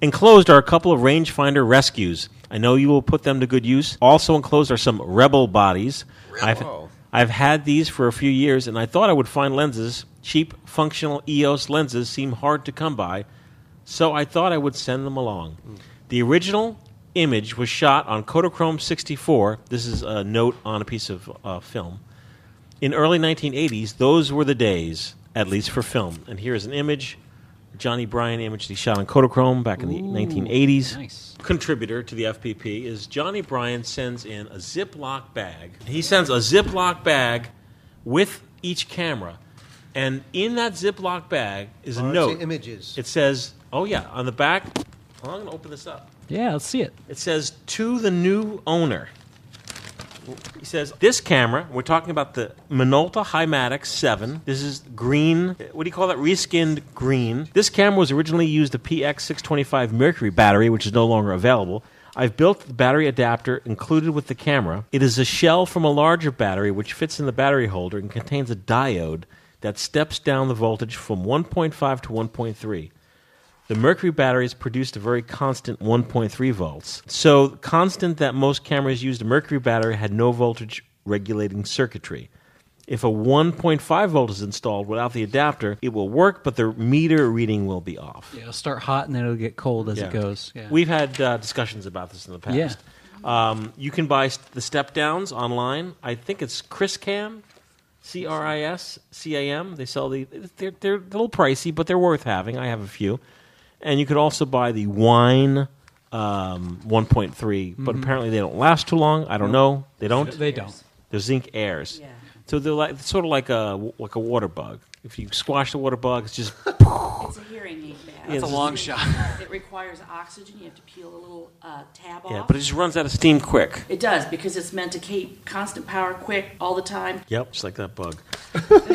[SPEAKER 1] enclosed are a couple of rangefinder rescues. I know you will put them to good use. Also enclosed are some rebel bodies.
[SPEAKER 2] Rebel.
[SPEAKER 1] I've I've had these for a few years, and I thought I would find lenses. Cheap, functional EOS lenses seem hard to come by, so I thought I would send them along. The original image was shot on Kodachrome 64. This is a note on a piece of uh, film. In early 1980s, those were the days, at least for film. And here's an image, Johnny Bryan image that he shot on Kodachrome back in the 1980s.
[SPEAKER 4] nice.
[SPEAKER 1] Contributor to the FPP is Johnny Bryan sends in a Ziploc bag. He sends a Ziploc bag with each camera. And in that Ziploc bag is a
[SPEAKER 2] Aren't
[SPEAKER 1] note.
[SPEAKER 2] they images?
[SPEAKER 1] It says, oh yeah, on the back. I'm going to open this up.
[SPEAKER 4] Yeah, let's see it.
[SPEAKER 1] It says to the new owner. He says this camera. We're talking about the Minolta Hymatic Seven. This is green. What do you call that? Reskinned green. This camera was originally used the PX625 Mercury battery, which is no longer available. I've built the battery adapter included with the camera. It is a shell from a larger battery which fits in the battery holder and contains a diode that steps down the voltage from 1.5 to 1.3. The mercury batteries produced a very constant 1.3 volts. So constant that most cameras used a mercury battery had no voltage regulating circuitry. If a 1.5 volt is installed without the adapter, it will work, but the meter reading will be off.
[SPEAKER 4] Yeah, it'll start hot and then it'll get cold as
[SPEAKER 1] Yeah.
[SPEAKER 4] it goes. Yeah.
[SPEAKER 1] We've had uh, discussions about this in the past.
[SPEAKER 4] Yeah.
[SPEAKER 1] Um, you can buy st- the step downs online. I think it's Criscam, C R I S C A M. They sell the they're they're a little pricey, but they're worth having. I have a few, and you could also buy the wine um, 1.3. But apparently they don't last too long. I don't know. They don't.
[SPEAKER 4] Mm-hmm. they don't.
[SPEAKER 1] They're zinc airs.
[SPEAKER 3] Yeah.
[SPEAKER 1] So they're like sort of like a like a water bug. If you squash the water bug, it's just
[SPEAKER 3] It's a hearing aid bag.
[SPEAKER 1] That's a long
[SPEAKER 4] shot.
[SPEAKER 3] It requires oxygen. You have to peel a little uh, tab off.
[SPEAKER 1] yeah, but it just runs out of steam quick.
[SPEAKER 3] It does because it's meant to keep constant power quick all the time.
[SPEAKER 1] Yep, just like that bug.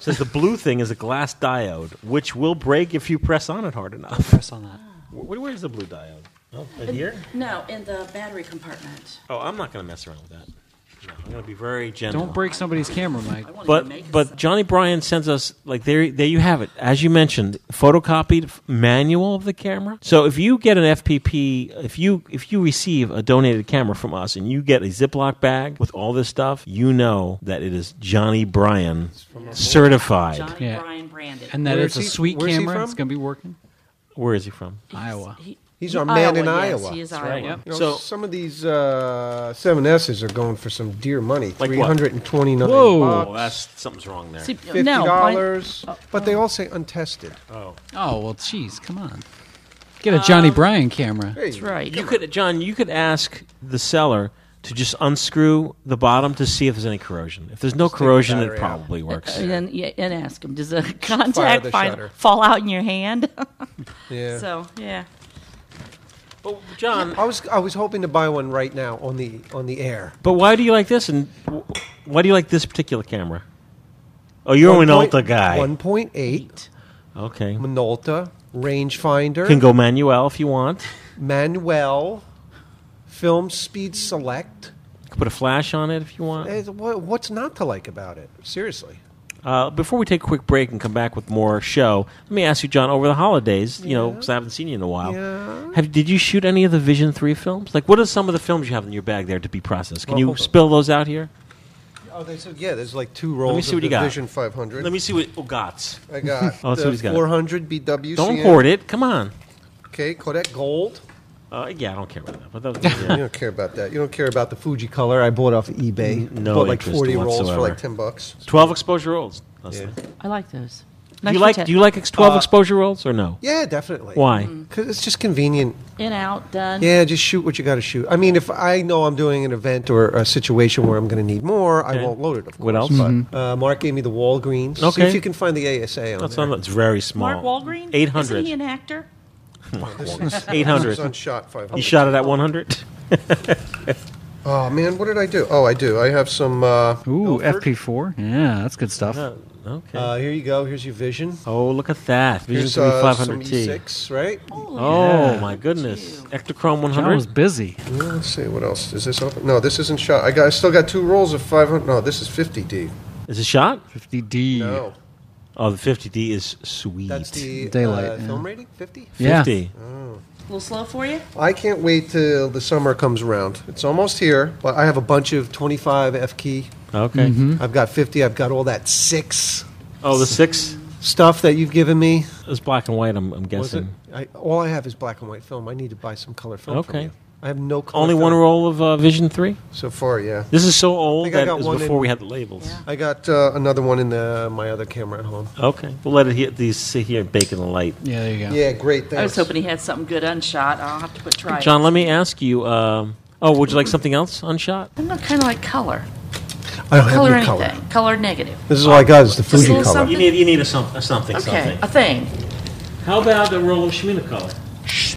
[SPEAKER 1] Says the blue thing is a glass diode, which will break if you press on it hard enough.
[SPEAKER 4] Press on that.
[SPEAKER 1] Where, where's the blue diode? Oh, right here?
[SPEAKER 3] No, in the battery compartment.
[SPEAKER 1] Oh, I'm not going to mess around with that. No, I'm going to be very gentle.
[SPEAKER 4] Don't break somebody's camera, Mike.
[SPEAKER 3] I won't even
[SPEAKER 1] But
[SPEAKER 3] make it
[SPEAKER 1] but
[SPEAKER 3] sound-
[SPEAKER 1] Johnny Bryan sends us like there there you have it as you mentioned photocopied f- manual of the camera. So if you get an FPP if you if you receive a donated camera from us and you get a Ziploc bag with all this stuff, you know that it is Johnny Bryan certified.
[SPEAKER 3] Johnny
[SPEAKER 4] Yeah.
[SPEAKER 3] Bryan branded.
[SPEAKER 4] And that
[SPEAKER 2] Where
[SPEAKER 4] it's
[SPEAKER 2] is
[SPEAKER 4] a
[SPEAKER 2] he-
[SPEAKER 4] sweet
[SPEAKER 2] where's he
[SPEAKER 4] camera.
[SPEAKER 2] from?
[SPEAKER 4] It's going to be working.
[SPEAKER 1] Where is he from?
[SPEAKER 4] Iowa.
[SPEAKER 3] He-
[SPEAKER 2] He's our man in
[SPEAKER 3] yes,
[SPEAKER 2] Iowa.
[SPEAKER 3] He is
[SPEAKER 4] right,
[SPEAKER 3] Iowa.
[SPEAKER 4] yep.
[SPEAKER 2] You know,
[SPEAKER 1] So-
[SPEAKER 2] some of these uh, seven S's are going for some dear money.
[SPEAKER 1] Like what?
[SPEAKER 2] Three hundred and twenty nine.
[SPEAKER 4] Whoa.
[SPEAKER 1] Oh,
[SPEAKER 2] Bucks,
[SPEAKER 1] that's something's wrong there.
[SPEAKER 3] See,
[SPEAKER 2] Fifty
[SPEAKER 3] no, mine-
[SPEAKER 2] dollars, but they all say untested.
[SPEAKER 4] Oh, well, geez, come on. Um, Get a Johnny Bryan camera.
[SPEAKER 2] Hey,
[SPEAKER 3] That's right.
[SPEAKER 1] you could, John. You could ask the seller to just unscrew the bottom to see if there's any corrosion. If there's no corrosion, it
[SPEAKER 2] battery out.
[SPEAKER 1] probably works.
[SPEAKER 3] And then yeah, and ask him, does the contact
[SPEAKER 2] the
[SPEAKER 3] find,
[SPEAKER 2] shutter.
[SPEAKER 3] fall out in your hand?
[SPEAKER 2] Yeah.
[SPEAKER 3] So yeah,
[SPEAKER 1] But John,
[SPEAKER 2] I was I was hoping to buy one right now on the on the air.
[SPEAKER 1] but why do you like this? And w- why do you like this particular camera? Oh, you're an Minolta guy.
[SPEAKER 2] One point eight
[SPEAKER 1] Okay,
[SPEAKER 2] Minolta rangefinder.
[SPEAKER 1] can go manual if you want.
[SPEAKER 2] Manuel, film speed select.
[SPEAKER 1] You can put a flash on it if you want.
[SPEAKER 2] Eh, wha- What's not to like about it? Seriously.
[SPEAKER 1] Uh, before we take a quick break and come back with more show, let me ask you, John. Over the holidays, you know, because I haven't seen you in a while,
[SPEAKER 2] Yeah.
[SPEAKER 1] have, did you shoot any of the Vision Three films? Like, what are some of the films you have in your bag there to be processed? Can
[SPEAKER 2] Well,
[SPEAKER 1] you
[SPEAKER 2] hold on.
[SPEAKER 1] spill those out here?
[SPEAKER 2] Oh, they said yeah. There's like two rolls
[SPEAKER 1] me see
[SPEAKER 2] of
[SPEAKER 1] what you
[SPEAKER 2] the
[SPEAKER 1] got.
[SPEAKER 2] Vision 500.
[SPEAKER 1] Let me see what oh, gots.
[SPEAKER 2] I got
[SPEAKER 1] Oh, that's what
[SPEAKER 2] the
[SPEAKER 1] he's got.
[SPEAKER 2] 400 BWC.
[SPEAKER 1] Don't hoard it. Come on.
[SPEAKER 2] Okay, Kodak Gold.
[SPEAKER 1] Uh, yeah, I don't care about that. But that was, yeah.
[SPEAKER 2] You don't care about that. You don't care about the Fuji color I bought off of eBay.
[SPEAKER 1] No
[SPEAKER 2] bought like
[SPEAKER 1] interest
[SPEAKER 2] forty rolls for
[SPEAKER 1] whatsoever.
[SPEAKER 2] like ten bucks.
[SPEAKER 1] Twelve exposure rolls. Leslie.
[SPEAKER 2] Yeah. Uh,
[SPEAKER 3] I like those.
[SPEAKER 1] Do
[SPEAKER 8] Nice
[SPEAKER 1] you like
[SPEAKER 8] potato.
[SPEAKER 1] do you like ex- twelve exposure rolls or no?
[SPEAKER 2] Yeah, definitely.
[SPEAKER 1] Why?
[SPEAKER 2] Because it's just convenient.
[SPEAKER 3] In, out, done.
[SPEAKER 2] Yeah, just shoot what you got to shoot. I mean, if I know I'm doing an event or a situation where I'm going to need more, I
[SPEAKER 1] Okay.
[SPEAKER 2] won't load it. Of course.
[SPEAKER 1] What else?
[SPEAKER 2] Uh, Mark gave me the Walgreens. See
[SPEAKER 1] Okay.
[SPEAKER 2] if you can find the ASA on
[SPEAKER 1] That's
[SPEAKER 2] there.
[SPEAKER 1] not. It's very
[SPEAKER 8] Mark
[SPEAKER 1] small.
[SPEAKER 8] Walgreen?
[SPEAKER 1] Eight
[SPEAKER 8] Isn't he
[SPEAKER 1] hundred.
[SPEAKER 8] an actor?
[SPEAKER 1] Eight
[SPEAKER 2] It's on
[SPEAKER 1] hundred.
[SPEAKER 2] shot 500.
[SPEAKER 1] You shot it at one hundred.
[SPEAKER 2] Oh man, what did I do? Oh, I do. I have some. Uh,
[SPEAKER 4] Ooh,
[SPEAKER 2] Milford.
[SPEAKER 4] FP4. Yeah, that's good stuff.
[SPEAKER 1] Okay.
[SPEAKER 2] Uh, here you go. Here's your vision.
[SPEAKER 1] oh, look at that. Vision
[SPEAKER 2] Here's
[SPEAKER 1] three
[SPEAKER 2] uh,
[SPEAKER 1] five
[SPEAKER 2] some
[SPEAKER 1] hundred T.
[SPEAKER 2] E6, right?
[SPEAKER 1] Oh
[SPEAKER 4] Yeah.
[SPEAKER 1] my goodness. Ectochrome one
[SPEAKER 4] John was
[SPEAKER 1] hundred.
[SPEAKER 4] busy.
[SPEAKER 2] Yeah, let's see what else is this open. No, this isn't shot. I got. I still got two rolls of 500. No, this is 50D.
[SPEAKER 1] Is it shot?
[SPEAKER 4] 50D.
[SPEAKER 2] No,
[SPEAKER 1] Oh, the fifty D is sweet.
[SPEAKER 2] that's the
[SPEAKER 4] Daylight,
[SPEAKER 2] uh,
[SPEAKER 4] yeah.
[SPEAKER 2] film rating 50.
[SPEAKER 4] Yeah.
[SPEAKER 1] Fifty.
[SPEAKER 8] A little slow for you?
[SPEAKER 2] I can't wait till the summer comes around. It's almost here, but I have a bunch of 25 F key.
[SPEAKER 1] Okay.
[SPEAKER 2] I've got 50. I've got all that six
[SPEAKER 1] Oh, the six
[SPEAKER 2] stuff that you've given me.
[SPEAKER 1] is black and white. I'm, I'm
[SPEAKER 2] Was it?
[SPEAKER 1] guessing.
[SPEAKER 2] I, all I have is black and white film. I need to buy some color film. from
[SPEAKER 1] Okay.
[SPEAKER 2] you. I have no color.
[SPEAKER 1] Only one
[SPEAKER 2] film
[SPEAKER 1] roll of uh, Vision three.
[SPEAKER 2] so far. Yeah.
[SPEAKER 1] This is so old
[SPEAKER 2] think I
[SPEAKER 1] that it
[SPEAKER 2] got
[SPEAKER 1] was
[SPEAKER 2] one
[SPEAKER 1] before
[SPEAKER 2] in-
[SPEAKER 1] we had the labels.
[SPEAKER 2] I got uh, another one in the, my other camera at home.
[SPEAKER 1] Okay, we'll let it hit these sit here and bake in the light.
[SPEAKER 4] Yeah, there you go.
[SPEAKER 2] Yeah, great. Thanks.
[SPEAKER 3] I was hoping he had something good unshot. I'll have to put try. it.
[SPEAKER 1] John, let me ask you. Um, oh, would you like something else unshot?
[SPEAKER 3] I'm not kind of like color.
[SPEAKER 2] I don't
[SPEAKER 3] Color
[SPEAKER 2] have any
[SPEAKER 3] anything.
[SPEAKER 2] color.
[SPEAKER 3] Color negative.
[SPEAKER 2] This is all I got is the
[SPEAKER 3] Just a
[SPEAKER 2] Fuji
[SPEAKER 3] little
[SPEAKER 2] color.
[SPEAKER 3] something.
[SPEAKER 1] You need you need a, some, a something
[SPEAKER 3] Okay,
[SPEAKER 1] something.
[SPEAKER 3] a thing.
[SPEAKER 1] Uh, How about the roll of Shemina color?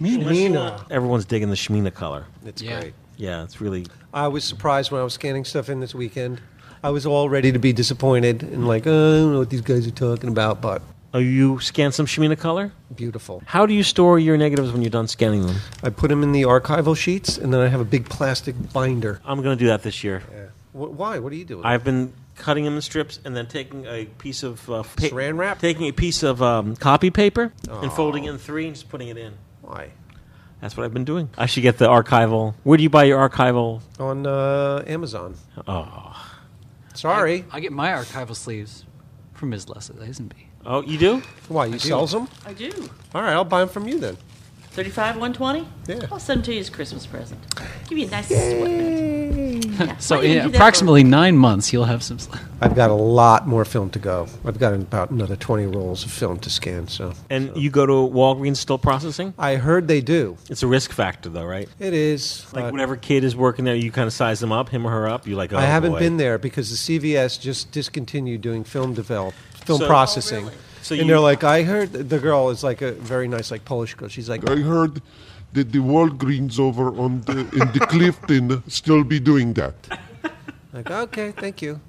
[SPEAKER 2] Mina.
[SPEAKER 1] Everyone's digging the Shemina color.
[SPEAKER 2] It's
[SPEAKER 4] Yeah.
[SPEAKER 2] great.
[SPEAKER 1] Yeah, it's really.
[SPEAKER 2] I was surprised when I was scanning stuff in this weekend. I was all ready to be disappointed and like, oh, I don't know what these guys are talking about, but
[SPEAKER 1] Oh, you scan some Shemina color.
[SPEAKER 2] beautiful.
[SPEAKER 1] How do you store your negatives when you're done scanning them?
[SPEAKER 2] I put them in the archival sheets, and then I have a big plastic binder.
[SPEAKER 1] I'm going to do that this year.
[SPEAKER 2] Wh- why? What do you do? with it?
[SPEAKER 1] I've been cutting them in strips and then taking a piece of uh, pa-
[SPEAKER 2] Saran wrap?
[SPEAKER 1] taking a piece of um, copy paper and folding in three and just putting it in.
[SPEAKER 2] why?
[SPEAKER 1] That's what I've been doing. I should get the archival. Where do you buy your archival?
[SPEAKER 2] On uh, Amazon.
[SPEAKER 1] Oh,
[SPEAKER 2] Sorry.
[SPEAKER 4] I get my archival sleeves from Ms. Leslie Lazenby.
[SPEAKER 1] oh, you do?
[SPEAKER 2] why? You sells them?
[SPEAKER 3] I do.
[SPEAKER 2] All right, I'll buy them from you then.
[SPEAKER 3] 35, 120?
[SPEAKER 2] Yeah.
[SPEAKER 3] I'll send them to you as a Christmas present. Give you a nice sweatband. Yeah.
[SPEAKER 4] So
[SPEAKER 3] Why do you
[SPEAKER 4] in
[SPEAKER 3] do that
[SPEAKER 4] approximately nine months, you'll have some. sl-
[SPEAKER 2] I've got a lot more film to go. I've got about another 20 rolls of film to scan, so.
[SPEAKER 1] And you go to Walgreens still processing?
[SPEAKER 2] I heard they do.
[SPEAKER 1] It's a risk factor, though, right?
[SPEAKER 2] It is.
[SPEAKER 1] Like
[SPEAKER 2] but-
[SPEAKER 1] whenever kid is working there, you kind of size them up, him or her up. You like, oh,
[SPEAKER 2] I haven't
[SPEAKER 1] boy.
[SPEAKER 2] been there because the CVS just discontinued doing film develop, film
[SPEAKER 1] So-
[SPEAKER 2] processing.
[SPEAKER 3] Oh, really?
[SPEAKER 1] So
[SPEAKER 2] and
[SPEAKER 1] you-
[SPEAKER 2] they're like, I heard the girl is like a very nice, like Polish girl. She's like,
[SPEAKER 9] I heard that the Walgreens over on the in the Clifton still be doing that.
[SPEAKER 2] like okay, thank you.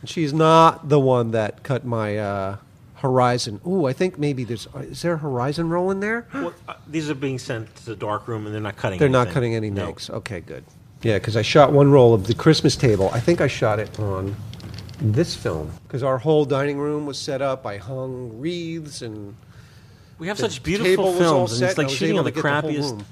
[SPEAKER 2] And she's not the one that cut my uh, Horizon. Ooh, I think maybe there's uh, is there a Horizon roll in there?
[SPEAKER 1] Well, uh, these are being sent to the dark room, and they're not cutting.
[SPEAKER 2] They're not
[SPEAKER 1] anything.
[SPEAKER 2] cutting any
[SPEAKER 1] No.
[SPEAKER 2] necks. Okay, good. Yeah, because I shot one roll of the Christmas table. I think I shot it on this film because our whole dining room was set up. I hung wreaths and
[SPEAKER 1] We have
[SPEAKER 2] The
[SPEAKER 1] such
[SPEAKER 2] table
[SPEAKER 1] beautiful
[SPEAKER 2] was all
[SPEAKER 1] films, and
[SPEAKER 2] set,
[SPEAKER 1] it's
[SPEAKER 2] and I
[SPEAKER 1] like
[SPEAKER 2] was
[SPEAKER 1] shooting
[SPEAKER 2] able
[SPEAKER 1] on the
[SPEAKER 2] to get the whole
[SPEAKER 1] crappiest,
[SPEAKER 2] room.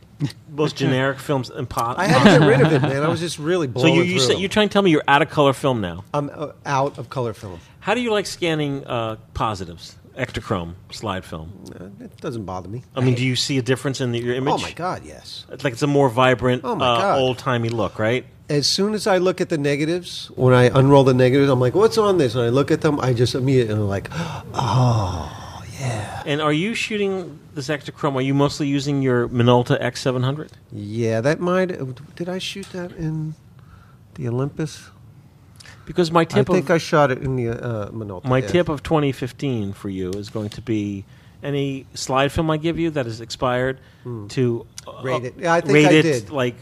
[SPEAKER 1] most generic films impossible.
[SPEAKER 2] I had to get rid of it, man. I was just really
[SPEAKER 1] so
[SPEAKER 2] blown.
[SPEAKER 1] you you said, you're trying to tell me you're out of color film now?
[SPEAKER 2] I'm uh, out of color film.
[SPEAKER 1] How do you like scanning uh, positives, ectochrome slide film?
[SPEAKER 2] Uh, It doesn't bother me.
[SPEAKER 1] I mean, do you see a difference in the, your image?
[SPEAKER 2] Oh my god, yes.
[SPEAKER 1] It's like it's a more vibrant,
[SPEAKER 2] Oh my
[SPEAKER 1] uh,
[SPEAKER 2] God.
[SPEAKER 1] old timey look, right?
[SPEAKER 2] As soon as I look at the negatives, when I unroll the negatives, I'm like, "What's on this?" And I look at them, I just immediately am like,
[SPEAKER 1] And are you shooting this ectochrome? Are you mostly using your Minolta X700?
[SPEAKER 2] "Yeah, that might." uh, Did I shoot that in the Olympus?
[SPEAKER 1] Because my tip
[SPEAKER 2] I think
[SPEAKER 1] of
[SPEAKER 2] I shot it in the uh, Minolta.
[SPEAKER 1] my
[SPEAKER 2] yeah.
[SPEAKER 1] tip of 2015 for you is going to be any slide film I give you that is expired to uh,
[SPEAKER 2] Hmm. Rate it. Yeah, I think
[SPEAKER 1] rate
[SPEAKER 2] I
[SPEAKER 1] it
[SPEAKER 2] did.
[SPEAKER 1] like.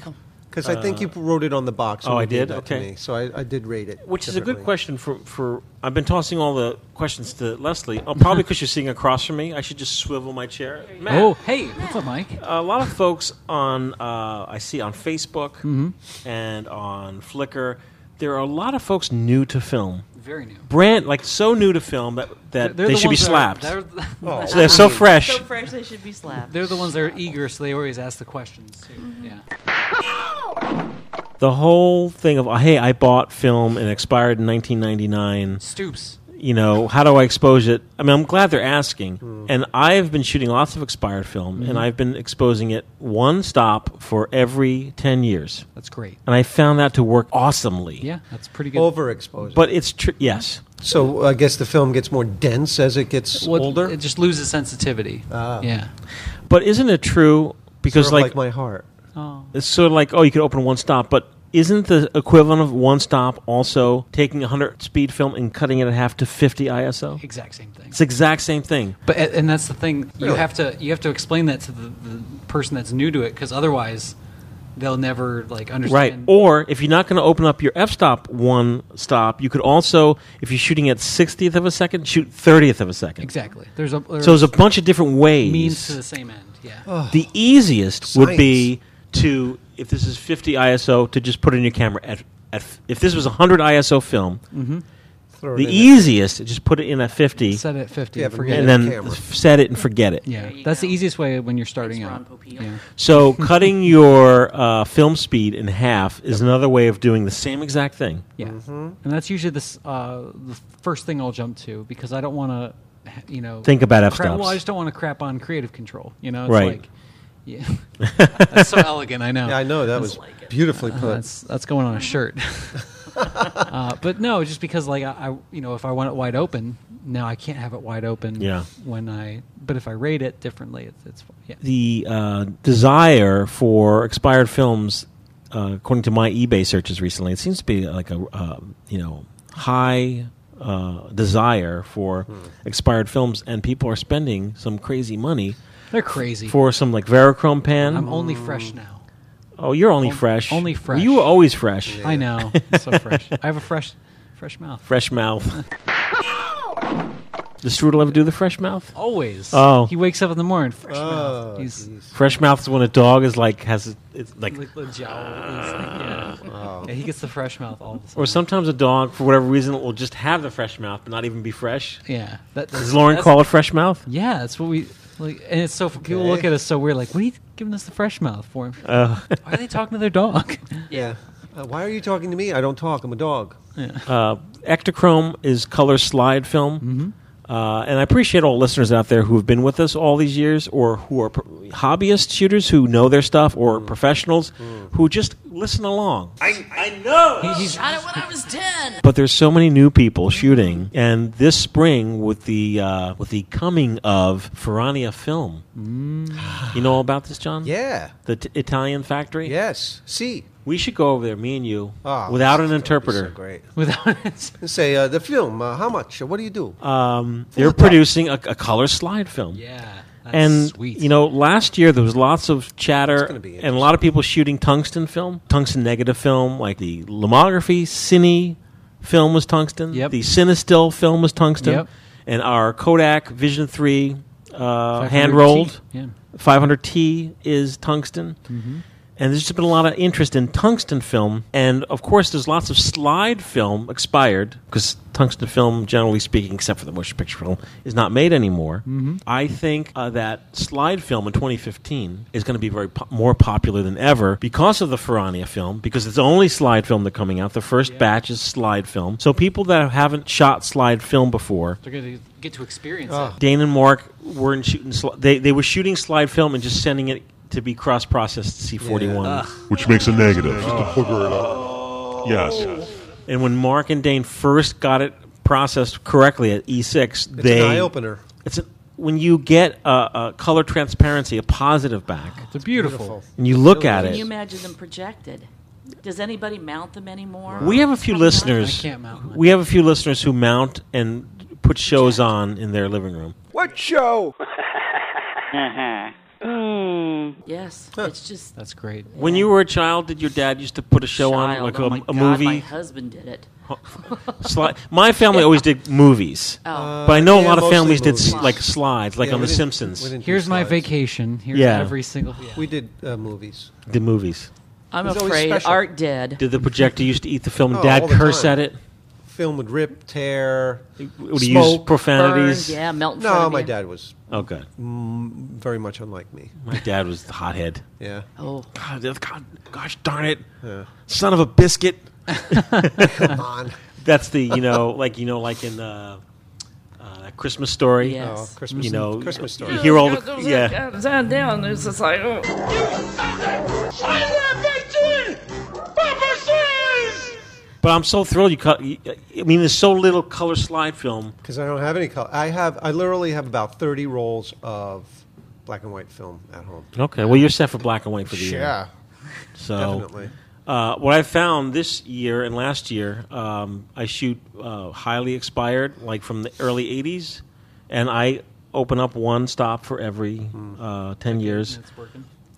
[SPEAKER 2] because I think you wrote it on the box.
[SPEAKER 1] uh, oh,
[SPEAKER 2] when
[SPEAKER 1] I
[SPEAKER 2] you gave
[SPEAKER 1] did?
[SPEAKER 2] that to
[SPEAKER 1] Okay.
[SPEAKER 2] me. so I, I did rate it,
[SPEAKER 1] Which is a good
[SPEAKER 2] differently.
[SPEAKER 1] question for, for I've been tossing all the questions to Leslie. Oh, probably because you're sitting across from me, I should just swivel my chair. Matt,
[SPEAKER 4] Oh, hey, what's up, Mike?
[SPEAKER 1] a lot of folks on uh, I see on Facebook
[SPEAKER 4] Mm-hmm.
[SPEAKER 1] and on Flickr, there are a lot of folks new to film,
[SPEAKER 4] Very new.
[SPEAKER 1] brand like so new to film that that
[SPEAKER 4] They're
[SPEAKER 1] they
[SPEAKER 4] the
[SPEAKER 1] should be
[SPEAKER 4] ones that are-
[SPEAKER 1] slapped.
[SPEAKER 4] they're,
[SPEAKER 2] Oh,
[SPEAKER 1] so they're so fresh.
[SPEAKER 8] So fresh they should be slapped.
[SPEAKER 4] they're the ones that are eager, so they always ask the questions. Too.
[SPEAKER 3] Mm-hmm.
[SPEAKER 4] Yeah.
[SPEAKER 1] the whole thing of hey, I bought film and it expired in 1999.
[SPEAKER 4] Stoops.
[SPEAKER 1] You know, how do I expose it? I mean, I'm glad they're asking. And I've been shooting lots of expired film, and I've been exposing it one stop for every 10 years.
[SPEAKER 4] That's great.
[SPEAKER 1] And I found that to work awesomely.
[SPEAKER 4] Yeah, that's pretty good.
[SPEAKER 2] Overexposure.
[SPEAKER 1] But it's true. Yes,
[SPEAKER 2] So I guess the film gets more dense as it gets
[SPEAKER 4] What-
[SPEAKER 2] older.
[SPEAKER 4] It just loses sensitivity.
[SPEAKER 2] Ah.
[SPEAKER 4] Yeah.
[SPEAKER 1] But isn't it true? Because
[SPEAKER 2] Sort of
[SPEAKER 1] like,
[SPEAKER 2] my heart.
[SPEAKER 4] Oh.
[SPEAKER 1] it's sort of like oh, you could open one stop, but isn't the equivalent of one stop also taking a hundred speed film and cutting it in half to fifty ISO?
[SPEAKER 4] Exact same thing.
[SPEAKER 1] It's the exact same thing.
[SPEAKER 4] But a- and that's the thing. You
[SPEAKER 2] Really?
[SPEAKER 4] have to you have to explain that to the, the person that's new to it because otherwise they'll never
[SPEAKER 1] Right.
[SPEAKER 4] like
[SPEAKER 1] Oh.
[SPEAKER 4] understand.
[SPEAKER 1] Or if you're not going to open up your f stop one stop, you could also, if you're shooting at 60th of a second, shoot 30th of a second.
[SPEAKER 4] exactly. There's a there's
[SPEAKER 1] So there's a bunch of different ways.
[SPEAKER 4] means to the same end. Yeah.
[SPEAKER 2] Oh.
[SPEAKER 1] the easiest would be to, if this is 50 ISO, to just put in your camera. At, at If this was a 100 ISO film,
[SPEAKER 4] Mm-hmm.
[SPEAKER 2] Throw it
[SPEAKER 1] the E
[SPEAKER 2] in
[SPEAKER 1] easiest, just put it in at 50
[SPEAKER 4] Set it at fifty.
[SPEAKER 2] Yeah,
[SPEAKER 4] and
[SPEAKER 2] but
[SPEAKER 4] forget
[SPEAKER 1] and
[SPEAKER 4] it.
[SPEAKER 2] in
[SPEAKER 1] then
[SPEAKER 2] the camera.
[SPEAKER 1] set it and forget it.
[SPEAKER 4] Yeah.
[SPEAKER 3] you
[SPEAKER 4] That's
[SPEAKER 3] go.
[SPEAKER 4] the easiest way when you're starting
[SPEAKER 3] Ron
[SPEAKER 4] out.
[SPEAKER 3] Popeil.
[SPEAKER 4] Yeah.
[SPEAKER 1] So cutting your uh, film speed in half is another way of doing the same exact thing.
[SPEAKER 4] Yeah,
[SPEAKER 1] Mm-hmm.
[SPEAKER 4] and that's usually the s- uh, the first thing I'll jump to because I don't want to, you know,
[SPEAKER 1] Think about
[SPEAKER 4] crap-
[SPEAKER 1] f-stops.
[SPEAKER 4] Well, I just don't want to crap on creative control. You know, it's
[SPEAKER 1] Right.
[SPEAKER 4] Like, yeah, that's so elegant. I know.
[SPEAKER 2] Yeah, I know that was beautifully put.
[SPEAKER 1] Uh-huh.
[SPEAKER 4] That's that's going on a shirt. uh, but no, just because like I, I, you know, if I want it wide open, now I can't have it wide open.
[SPEAKER 1] Yeah.
[SPEAKER 4] When I, but if I rate it differently, it's it's yeah.
[SPEAKER 1] the uh, desire for expired films, uh, according to my eBay searches recently, it seems to be like a uh, you know high uh, desire for
[SPEAKER 4] Hmm.
[SPEAKER 1] expired films, and people are spending some crazy money
[SPEAKER 4] They're crazy.
[SPEAKER 1] for some like Verichrome pen.
[SPEAKER 4] I'm only fresh now.
[SPEAKER 1] oh, you're only
[SPEAKER 4] on-
[SPEAKER 1] fresh.
[SPEAKER 4] only
[SPEAKER 1] Well,
[SPEAKER 4] fresh.
[SPEAKER 1] You were always fresh.
[SPEAKER 4] I know. It's so fresh. I have a fresh, fresh mouth.
[SPEAKER 1] Fresh mouth. Does Strudel ever do the fresh mouth?
[SPEAKER 4] Always.
[SPEAKER 1] Oh.
[SPEAKER 4] He wakes up in the morning, fresh mouth. He's
[SPEAKER 1] Fresh mouth is when a dog is like has a- it's like
[SPEAKER 4] like the jowl. He's like, yeah. Yeah, He gets the fresh mouth all the time.
[SPEAKER 1] or sometimes a dog for whatever reason will just have the fresh mouth but not even be fresh.
[SPEAKER 4] Yeah. That,
[SPEAKER 1] Does Lauren
[SPEAKER 4] that's-
[SPEAKER 1] call it fresh mouth?
[SPEAKER 4] Yeah, that's what we like. And it's so people look at us so weird. Like, what are you giving us the fresh mouth for?
[SPEAKER 1] Uh,
[SPEAKER 4] Why are they talking to their dog?
[SPEAKER 2] yeah. Uh, why are you talking to me? I don't talk. I'm a dog.
[SPEAKER 1] uh, Ektachrome is color slide film.
[SPEAKER 2] Mm-hmm.
[SPEAKER 1] Uh, and I appreciate all listeners out there who have been with us all these years or who are pro- hobbyist shooters who know their stuff or professionals who just listen along.
[SPEAKER 4] He- he's
[SPEAKER 3] Oh, Shot it when I was 10.
[SPEAKER 1] but there's so many new people shooting. And this spring with the uh, with the coming of Ferrania Film. You know all about this, John?
[SPEAKER 2] Mm. Yeah.
[SPEAKER 1] The t- Italian factory?
[SPEAKER 2] Yes. See.
[SPEAKER 1] We should go over there, me and you,
[SPEAKER 2] Ah,
[SPEAKER 1] without an
[SPEAKER 2] this is gonna be
[SPEAKER 1] interpreter.
[SPEAKER 2] So great.
[SPEAKER 4] without it.
[SPEAKER 2] And say uh, the film. Uh, how much? What do you do?
[SPEAKER 1] Um, they're producing a, a color slide film.
[SPEAKER 4] Yeah. That's
[SPEAKER 1] And
[SPEAKER 4] sweet.
[SPEAKER 1] you know, last year there was lots of chatter
[SPEAKER 2] gonna be
[SPEAKER 1] and a lot of people shooting tungsten film, tungsten negative film, like the Lomography Cine film was tungsten,
[SPEAKER 4] Yep.
[SPEAKER 1] the Cinestill film was tungsten,
[SPEAKER 4] Yep.
[SPEAKER 1] and our Kodak Vision Three uh,
[SPEAKER 4] 500T.
[SPEAKER 1] hand rolled
[SPEAKER 4] Yeah.
[SPEAKER 1] 500T is tungsten. And there's just been a lot of interest in tungsten film. And of course, there's lots of slide film expired because tungsten film, generally speaking, except for the motion picture film, is not made anymore. I think uh, that slide film in 2015 is going to be very po- more popular than ever because of the Ferrania film, because it's the only slide film they're coming out. The first batch is slide film. So people that haven't shot slide film before
[SPEAKER 4] They're going to get to experience it.
[SPEAKER 1] Dan and Mark weren't shooting. Sli- they they were shooting slide film and just sending it to be cross processed to C forty one.
[SPEAKER 6] Which makes a negative, just to figure it out. Yes.
[SPEAKER 1] And when Mark and Dane first got it processed correctly at E six,
[SPEAKER 2] It's
[SPEAKER 1] they
[SPEAKER 2] an eye opener.
[SPEAKER 1] It's a, when you get a, a color transparency, a positive back,
[SPEAKER 4] It's beautiful.
[SPEAKER 1] and you look at
[SPEAKER 3] Can you
[SPEAKER 1] it.
[SPEAKER 3] imagine them projected? Does anybody mount them anymore?
[SPEAKER 1] We have a few
[SPEAKER 3] Probably not.
[SPEAKER 4] I
[SPEAKER 1] listeners.
[SPEAKER 4] can't mount one.
[SPEAKER 1] We have a few listeners who mount and put shows on in their living room.
[SPEAKER 3] Yes. It's just.
[SPEAKER 4] That's great.
[SPEAKER 1] When you were a child, did your dad used to put a show on
[SPEAKER 3] Child.
[SPEAKER 1] like
[SPEAKER 3] oh
[SPEAKER 1] a,
[SPEAKER 3] my
[SPEAKER 1] a
[SPEAKER 3] God, My
[SPEAKER 1] movie?
[SPEAKER 3] husband did it.
[SPEAKER 1] Sli- my family always did movies.
[SPEAKER 3] Oh,
[SPEAKER 1] But I know a
[SPEAKER 2] Uh, yeah,
[SPEAKER 1] lot of
[SPEAKER 2] mostly
[SPEAKER 1] families did s-
[SPEAKER 2] movies.
[SPEAKER 1] like slides, like
[SPEAKER 2] Yeah,
[SPEAKER 1] on
[SPEAKER 2] we
[SPEAKER 1] The
[SPEAKER 2] didn't- we
[SPEAKER 1] Simpsons.
[SPEAKER 2] didn't do
[SPEAKER 4] Here's my
[SPEAKER 2] slides.
[SPEAKER 4] vacation. Here's
[SPEAKER 1] Yeah.
[SPEAKER 4] every single.
[SPEAKER 2] We did uh, movies.
[SPEAKER 1] The movies.
[SPEAKER 3] I'm
[SPEAKER 2] It's always
[SPEAKER 3] afraid
[SPEAKER 2] special.
[SPEAKER 3] Art did.
[SPEAKER 1] Did the projector used to eat the film? and
[SPEAKER 2] Oh,
[SPEAKER 1] Dad
[SPEAKER 2] all the
[SPEAKER 1] curse
[SPEAKER 2] time.
[SPEAKER 1] at it.
[SPEAKER 2] Film would rip, tear.
[SPEAKER 1] Would he use
[SPEAKER 2] Smoke,
[SPEAKER 3] Burn,
[SPEAKER 1] profanities?
[SPEAKER 3] yeah, melt. in front
[SPEAKER 2] No,
[SPEAKER 3] of
[SPEAKER 2] my
[SPEAKER 3] you.
[SPEAKER 2] dad was
[SPEAKER 1] Oh god,
[SPEAKER 2] very much unlike me.
[SPEAKER 1] my dad was the hothead.
[SPEAKER 2] Yeah.
[SPEAKER 3] Oh,
[SPEAKER 1] God, that- God, gosh darn it, son of a biscuit.
[SPEAKER 2] Come on.
[SPEAKER 1] That's the you know like you know like in uh, uh, that Christmas story.
[SPEAKER 3] Yeah.
[SPEAKER 2] Oh, Christmas.
[SPEAKER 1] You know,
[SPEAKER 2] Christmas story.
[SPEAKER 1] You hear all the yeah.
[SPEAKER 10] Down, down. It's just like, oh.
[SPEAKER 1] But I'm so thrilled you cut. you- I mean, there's so little color slide film.
[SPEAKER 2] Because I don't have any color. I have. I literally have about thirty rolls of black and white film at home.
[SPEAKER 1] Okay, well, you're set for black and white for the year.
[SPEAKER 11] Yeah.
[SPEAKER 1] So
[SPEAKER 2] Definitely.
[SPEAKER 1] Uh, what I found this year and last year, um, I shoot uh, highly expired, like from the early '80s, and I open up one stop for every uh, ten years,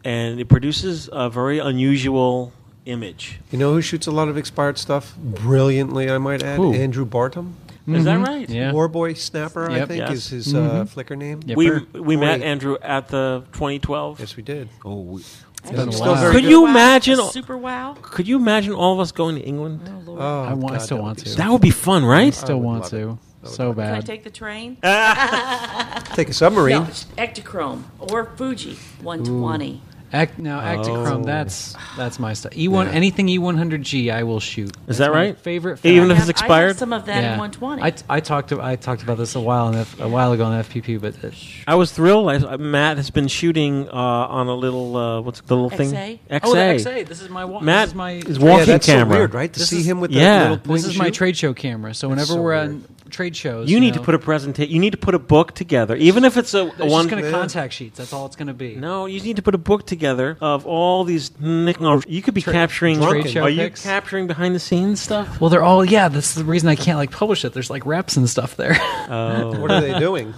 [SPEAKER 1] and it produces a very unusual image.
[SPEAKER 2] You know who shoots a lot of expired stuff brilliantly? I might add
[SPEAKER 4] Who?
[SPEAKER 2] Andrew Bartom.
[SPEAKER 1] Is that right?
[SPEAKER 4] Mm-hmm. Yeah.
[SPEAKER 2] Warboy Snapper, I
[SPEAKER 4] Yep. Mm-hmm.
[SPEAKER 2] think,
[SPEAKER 1] Yes.
[SPEAKER 2] is his uh, Flickr name.
[SPEAKER 4] Yep.
[SPEAKER 1] We
[SPEAKER 4] Yipper.
[SPEAKER 1] we met
[SPEAKER 2] Great.
[SPEAKER 1] Andrew at the 2012.
[SPEAKER 2] Yes, we did.
[SPEAKER 12] Oh, we-
[SPEAKER 4] It's been a
[SPEAKER 2] Still
[SPEAKER 4] while.
[SPEAKER 2] very
[SPEAKER 1] Could
[SPEAKER 2] good.
[SPEAKER 1] you
[SPEAKER 3] Wow,
[SPEAKER 1] imagine?
[SPEAKER 3] Super wow.
[SPEAKER 1] Could you imagine all of us going to England?
[SPEAKER 3] Oh, Lord.
[SPEAKER 2] Oh,
[SPEAKER 4] I, want, I
[SPEAKER 2] God,
[SPEAKER 4] still
[SPEAKER 2] that
[SPEAKER 4] want
[SPEAKER 2] would
[SPEAKER 4] to.
[SPEAKER 1] That would be fun,
[SPEAKER 4] I
[SPEAKER 1] right?
[SPEAKER 4] still
[SPEAKER 2] would
[SPEAKER 4] want
[SPEAKER 2] love
[SPEAKER 4] to. So
[SPEAKER 3] Can I
[SPEAKER 4] bad.
[SPEAKER 3] take the train?
[SPEAKER 1] Uh,
[SPEAKER 2] be- Take a submarine.
[SPEAKER 3] No, it's Ektachrome or Fuji 120.
[SPEAKER 4] Act, now, Actichrome, that's that's my stuff. E1, anything E E100G, I will shoot.
[SPEAKER 1] Is
[SPEAKER 4] That's
[SPEAKER 1] that
[SPEAKER 4] my
[SPEAKER 1] right?
[SPEAKER 4] Favorite.
[SPEAKER 1] Even
[SPEAKER 4] film.
[SPEAKER 1] if
[SPEAKER 3] Yeah,
[SPEAKER 1] it's expired?
[SPEAKER 3] I have some of that in
[SPEAKER 4] Yeah.
[SPEAKER 3] 120.
[SPEAKER 4] I, I talked to, I talked about this a while on F, a while ago on FPP, but it,
[SPEAKER 1] I was thrilled. I, Matt has been shooting uh, on a little uh, what's the little thing?
[SPEAKER 3] XA?
[SPEAKER 4] oh, the XA. This is my wa-
[SPEAKER 1] Matt
[SPEAKER 4] this is my
[SPEAKER 2] yeah,
[SPEAKER 1] walking
[SPEAKER 2] that's
[SPEAKER 1] camera.
[SPEAKER 2] so weird, right? To
[SPEAKER 4] This
[SPEAKER 2] see
[SPEAKER 4] is-
[SPEAKER 2] him with
[SPEAKER 1] yeah.
[SPEAKER 2] that little point
[SPEAKER 4] This is my
[SPEAKER 2] and shoot?
[SPEAKER 4] trade show camera. So whenever
[SPEAKER 2] so
[SPEAKER 4] we're
[SPEAKER 2] weird.
[SPEAKER 4] on trade shows,
[SPEAKER 1] You need to put a presentation. You need to put a book together, even if it's a, a
[SPEAKER 4] It's
[SPEAKER 1] one.
[SPEAKER 4] just going to
[SPEAKER 2] Yeah.
[SPEAKER 4] contact sheets. That's all it's going to be.
[SPEAKER 1] no, you need to put a book together of all these. oh, You could be capturing.
[SPEAKER 4] trade show
[SPEAKER 1] are you
[SPEAKER 4] pics?
[SPEAKER 1] capturing behind the scenes stuff?
[SPEAKER 4] Well, they're all yeah. That's the reason I can't like publish it. There's like reps and stuff there.
[SPEAKER 2] What are they doing?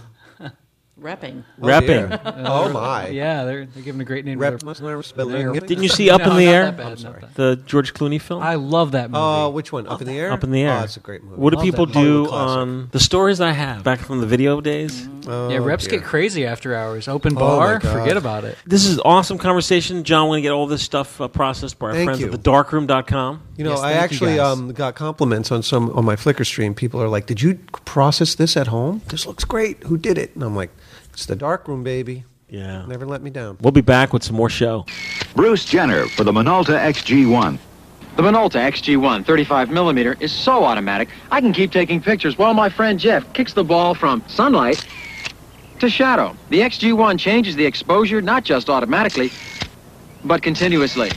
[SPEAKER 3] Repping.
[SPEAKER 1] Repping.
[SPEAKER 2] Oh, dear. oh my.
[SPEAKER 4] yeah, they're they're giving a great name.
[SPEAKER 2] Rep-
[SPEAKER 4] to their-
[SPEAKER 1] Didn't you see up
[SPEAKER 4] No,
[SPEAKER 1] in the
[SPEAKER 4] not
[SPEAKER 1] air?
[SPEAKER 4] that bad, not that-
[SPEAKER 1] The George Clooney film.
[SPEAKER 4] I love that movie.
[SPEAKER 2] Uh, which one? Up in the air.
[SPEAKER 1] up in the air.
[SPEAKER 2] Oh, it's a great movie.
[SPEAKER 1] What do
[SPEAKER 4] Love
[SPEAKER 1] people
[SPEAKER 4] that movie.
[SPEAKER 2] Hollywood
[SPEAKER 1] do
[SPEAKER 2] classic.
[SPEAKER 1] on the stories I have back from the video days?
[SPEAKER 2] Oh,
[SPEAKER 4] yeah, reps
[SPEAKER 2] dear.
[SPEAKER 4] get crazy after hours. Open
[SPEAKER 2] my
[SPEAKER 4] bar,
[SPEAKER 2] God.
[SPEAKER 4] forget about it.
[SPEAKER 1] This is awesome conversation. John, we're going to get all this stuff uh, processed by our
[SPEAKER 2] Thank
[SPEAKER 1] friends
[SPEAKER 2] you.
[SPEAKER 1] at thedarkroom.com.
[SPEAKER 2] You know,
[SPEAKER 4] Yes,
[SPEAKER 2] I
[SPEAKER 4] thank you
[SPEAKER 2] actually
[SPEAKER 4] guys.
[SPEAKER 2] um, got compliments on some on my Flickr stream. People are like, "Did you process this at home? This looks great. Who did it?" And I'm like, "It's the dark room, baby.
[SPEAKER 1] Yeah.
[SPEAKER 2] Never let me down."
[SPEAKER 1] We'll be back with some more show.
[SPEAKER 13] Bruce Jenner for the Minolta XG1.
[SPEAKER 5] The Minolta XG1 35mm is so automatic, I can keep taking pictures while my friend Jeff kicks the ball from sunlight to shadow. The XG1 changes the exposure not just automatically, but continuously.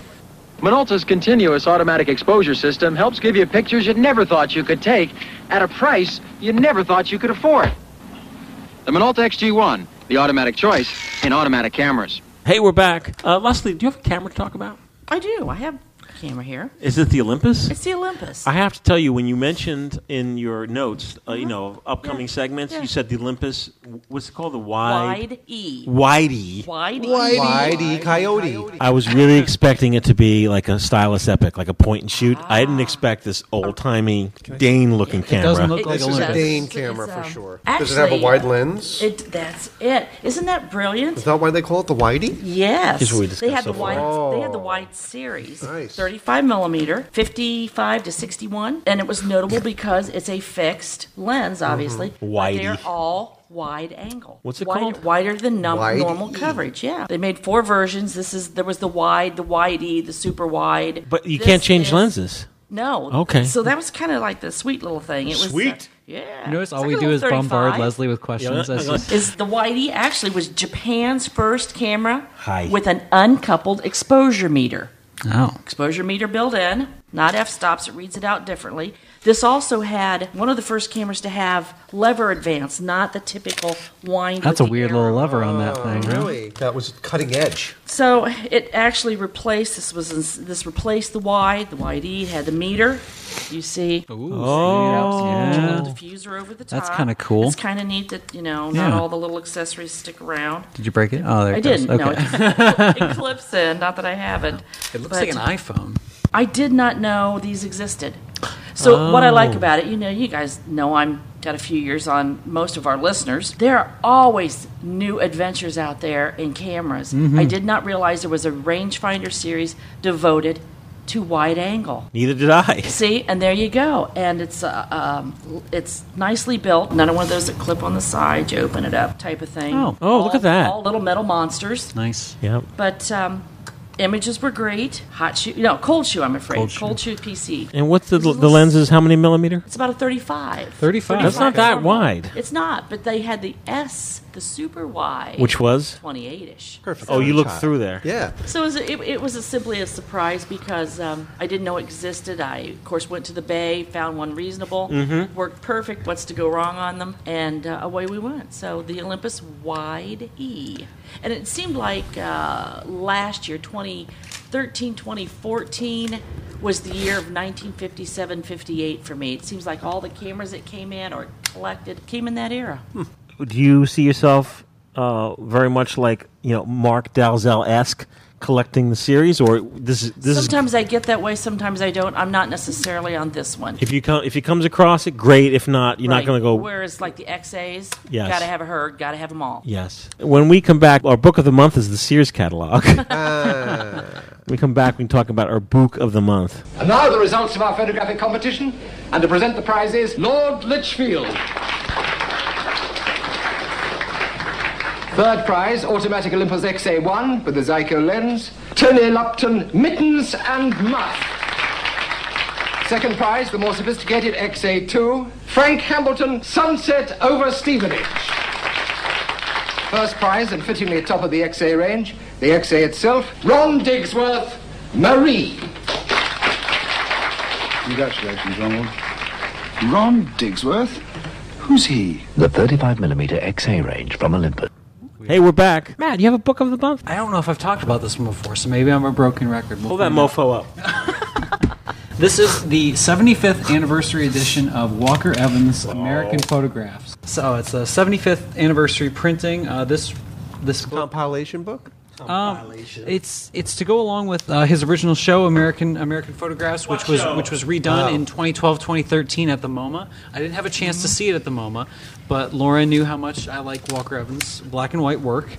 [SPEAKER 5] Minolta's continuous automatic exposure system helps give you pictures you never thought you could take at a price you never thought you could afford. The Minolta XG1, the automatic choice in automatic cameras.
[SPEAKER 1] Hey, we're back. Uh, Leslie, do you have a camera to talk about?
[SPEAKER 3] I do. I have a camera here.
[SPEAKER 1] Is it the Olympus?
[SPEAKER 3] It's the Olympus.
[SPEAKER 1] I have to tell you, when you mentioned in your notes, uh, you know, upcoming
[SPEAKER 3] Mm-hmm. Yeah.
[SPEAKER 1] segments,
[SPEAKER 3] Yeah.
[SPEAKER 1] you said the Olympus. What's it called? The wide,
[SPEAKER 3] Wide E.
[SPEAKER 1] widey.
[SPEAKER 3] Wide E.
[SPEAKER 2] Whitey Coyote.
[SPEAKER 1] I was really expecting it to be like a stylus epic, like a point and shoot. I didn't expect this old timey Dane looking camera.
[SPEAKER 4] doesn't look like
[SPEAKER 2] This
[SPEAKER 4] a
[SPEAKER 2] is a
[SPEAKER 4] Olympus.
[SPEAKER 2] Dane
[SPEAKER 3] It's-
[SPEAKER 2] camera
[SPEAKER 3] it's,
[SPEAKER 2] for
[SPEAKER 3] um,
[SPEAKER 2] sure.
[SPEAKER 3] Actually, uh,
[SPEAKER 2] Does it have a wide lens?
[SPEAKER 3] It, that's it. Isn't that brilliant?
[SPEAKER 2] Is that why they call it the Whitey?
[SPEAKER 3] Yes.
[SPEAKER 1] Here's what we
[SPEAKER 3] they
[SPEAKER 1] discussed
[SPEAKER 3] had
[SPEAKER 1] so
[SPEAKER 3] the wide.
[SPEAKER 2] far.
[SPEAKER 3] They had the wide series,
[SPEAKER 2] Nice.
[SPEAKER 3] 35 millimeter, 55 to 61, and it was notable because it's a fixed lens, obviously. but
[SPEAKER 1] Widey.
[SPEAKER 3] They're all wide angle.
[SPEAKER 1] What's it
[SPEAKER 3] Wide-
[SPEAKER 1] called?
[SPEAKER 3] Wider than num-
[SPEAKER 2] Widey.
[SPEAKER 3] normal coverage. Yeah. They made four versions. This is there was the wide, the widey, the super wide.
[SPEAKER 1] But you
[SPEAKER 3] This
[SPEAKER 1] can't change
[SPEAKER 3] is-
[SPEAKER 1] lenses.
[SPEAKER 3] No.
[SPEAKER 1] Okay.
[SPEAKER 3] So that was kind of like the sweet little thing. It was
[SPEAKER 12] Sweet.
[SPEAKER 3] The, yeah.
[SPEAKER 4] You notice all
[SPEAKER 3] It's
[SPEAKER 4] we
[SPEAKER 3] like a
[SPEAKER 4] do
[SPEAKER 3] little
[SPEAKER 4] is bombard
[SPEAKER 3] 35
[SPEAKER 4] Leslie with questions. That's just-
[SPEAKER 3] is the Whitey actually was Japan's first camera
[SPEAKER 1] Hi.
[SPEAKER 3] with an uncoupled exposure meter.
[SPEAKER 4] oh,
[SPEAKER 3] Exposure meter built in, not f stops, it reads it out differently. This also had one of the first cameras to have lever advance, not the typical wind.
[SPEAKER 4] that's a
[SPEAKER 3] with the
[SPEAKER 4] weird
[SPEAKER 3] arrow.
[SPEAKER 4] little lever on that thing. huh?
[SPEAKER 2] Really? That was cutting edge.
[SPEAKER 3] So it actually replaced this was this replaced the wide, the wide E had the meter. You see,
[SPEAKER 4] Ooh,
[SPEAKER 1] Oh.
[SPEAKER 4] yeah.
[SPEAKER 3] the diffuser over the top.
[SPEAKER 4] That's kinda cool.
[SPEAKER 3] It's kind of neat that you know not
[SPEAKER 4] Yeah.
[SPEAKER 3] all the little accessories stick around.
[SPEAKER 4] Did you break it? Oh, there
[SPEAKER 3] I
[SPEAKER 4] it goes.
[SPEAKER 3] didn't.
[SPEAKER 4] Okay.
[SPEAKER 3] No, it, it clips in. Not that I haven't.
[SPEAKER 4] It looks
[SPEAKER 3] But
[SPEAKER 4] like an iPhone.
[SPEAKER 3] I did not know these existed. So what I like about it, you know, you guys know I'm got a few years on most of our listeners. There are always new adventures out there in cameras. I did not realize there was a rangefinder series devoted to wide angle.
[SPEAKER 1] Neither did I.
[SPEAKER 3] See, and there you go. And it's uh, um, it's nicely built. None of one of those that clip on the side. You open it up, type of thing.
[SPEAKER 4] Oh.
[SPEAKER 1] Oh, look
[SPEAKER 3] All-
[SPEAKER 1] at that.
[SPEAKER 3] All little metal monsters.
[SPEAKER 4] Nice.
[SPEAKER 1] Yeah.
[SPEAKER 3] But um, Images were great. Hot shoe, no, cold shoe. I'm afraid
[SPEAKER 1] Cold
[SPEAKER 3] cold
[SPEAKER 1] Shoe.
[SPEAKER 3] shoe, PC.
[SPEAKER 1] And what's the
[SPEAKER 3] It was a
[SPEAKER 1] the
[SPEAKER 3] little-
[SPEAKER 1] lens is how many millimeter?
[SPEAKER 3] It's about a 35.
[SPEAKER 4] 35.
[SPEAKER 1] That's not that wide.
[SPEAKER 3] It's not, but they had the S, the super wide,
[SPEAKER 1] Which was?
[SPEAKER 3] 28 ish.
[SPEAKER 2] Perfect.
[SPEAKER 1] Oh, you look
[SPEAKER 2] Child.
[SPEAKER 1] through there.
[SPEAKER 2] Yeah.
[SPEAKER 3] So it was, it, it was a, simply a surprise because um, I didn't know it existed. I, of course, went to the Bay, found one reasonable,
[SPEAKER 1] Mm-hmm.
[SPEAKER 3] worked perfect, what's to go wrong on them, and uh, away we went. So the Olympus Wide E. And it seemed like uh, last year, 2013, 2014, was the year of 1957 58 for me. It seems like all the cameras that came in or collected came in that era.
[SPEAKER 1] Do you see yourself uh, very much like you know Mark Dalzell esque collecting the series, or this is this is
[SPEAKER 3] sometimes I get that way, sometimes I don't. I'm not necessarily on this one.
[SPEAKER 1] if you come if he comes across it, great. If not, you're not
[SPEAKER 3] Right.
[SPEAKER 1] going to go.
[SPEAKER 3] Whereas, like the XAs,
[SPEAKER 1] Yes.
[SPEAKER 3] gotta have a herd, gotta have them all.
[SPEAKER 1] Yes. When we come back, our book of the month is the Sears catalog. we come back, we can talk about our book of the month.
[SPEAKER 5] And now the results of our photographic competition. And to present the prize is Lord Litchfield. Third prize, Automatic Olympus XA1 with the Zyco lens. Tony Lupton, mittens and muff. Second prize, the more sophisticated XA2. Frank Hambleton, sunset over Stevenage. First prize, and fittingly top of the XA range, the XA itself, Ron Digsworth, Marie.
[SPEAKER 14] Congratulations, Ronald. Ron Digsworth? Who's he?
[SPEAKER 15] The 35mm XA range from Olympus.
[SPEAKER 1] Hey, we're back. Matt, you have a book of the month?
[SPEAKER 4] I don't know if I've talked about this one before, so maybe I'm a broken record. We'll
[SPEAKER 1] Pull that
[SPEAKER 4] find out.
[SPEAKER 1] mofo up.
[SPEAKER 4] This is the 75th anniversary edition of Walker Evans American
[SPEAKER 1] Oh.
[SPEAKER 4] Photographs. So it's the 75th anniversary printing. Uh, this this
[SPEAKER 2] Compilation book?
[SPEAKER 4] Um, it's it's to go along with uh, his original show, American American Photographs, which was which was redone in 2012, 2013 at the MoMA. I didn't have a chance
[SPEAKER 3] Mm-hmm.
[SPEAKER 4] to see it at the MoMA, but Laura knew how much I like Walker Evans' black and white work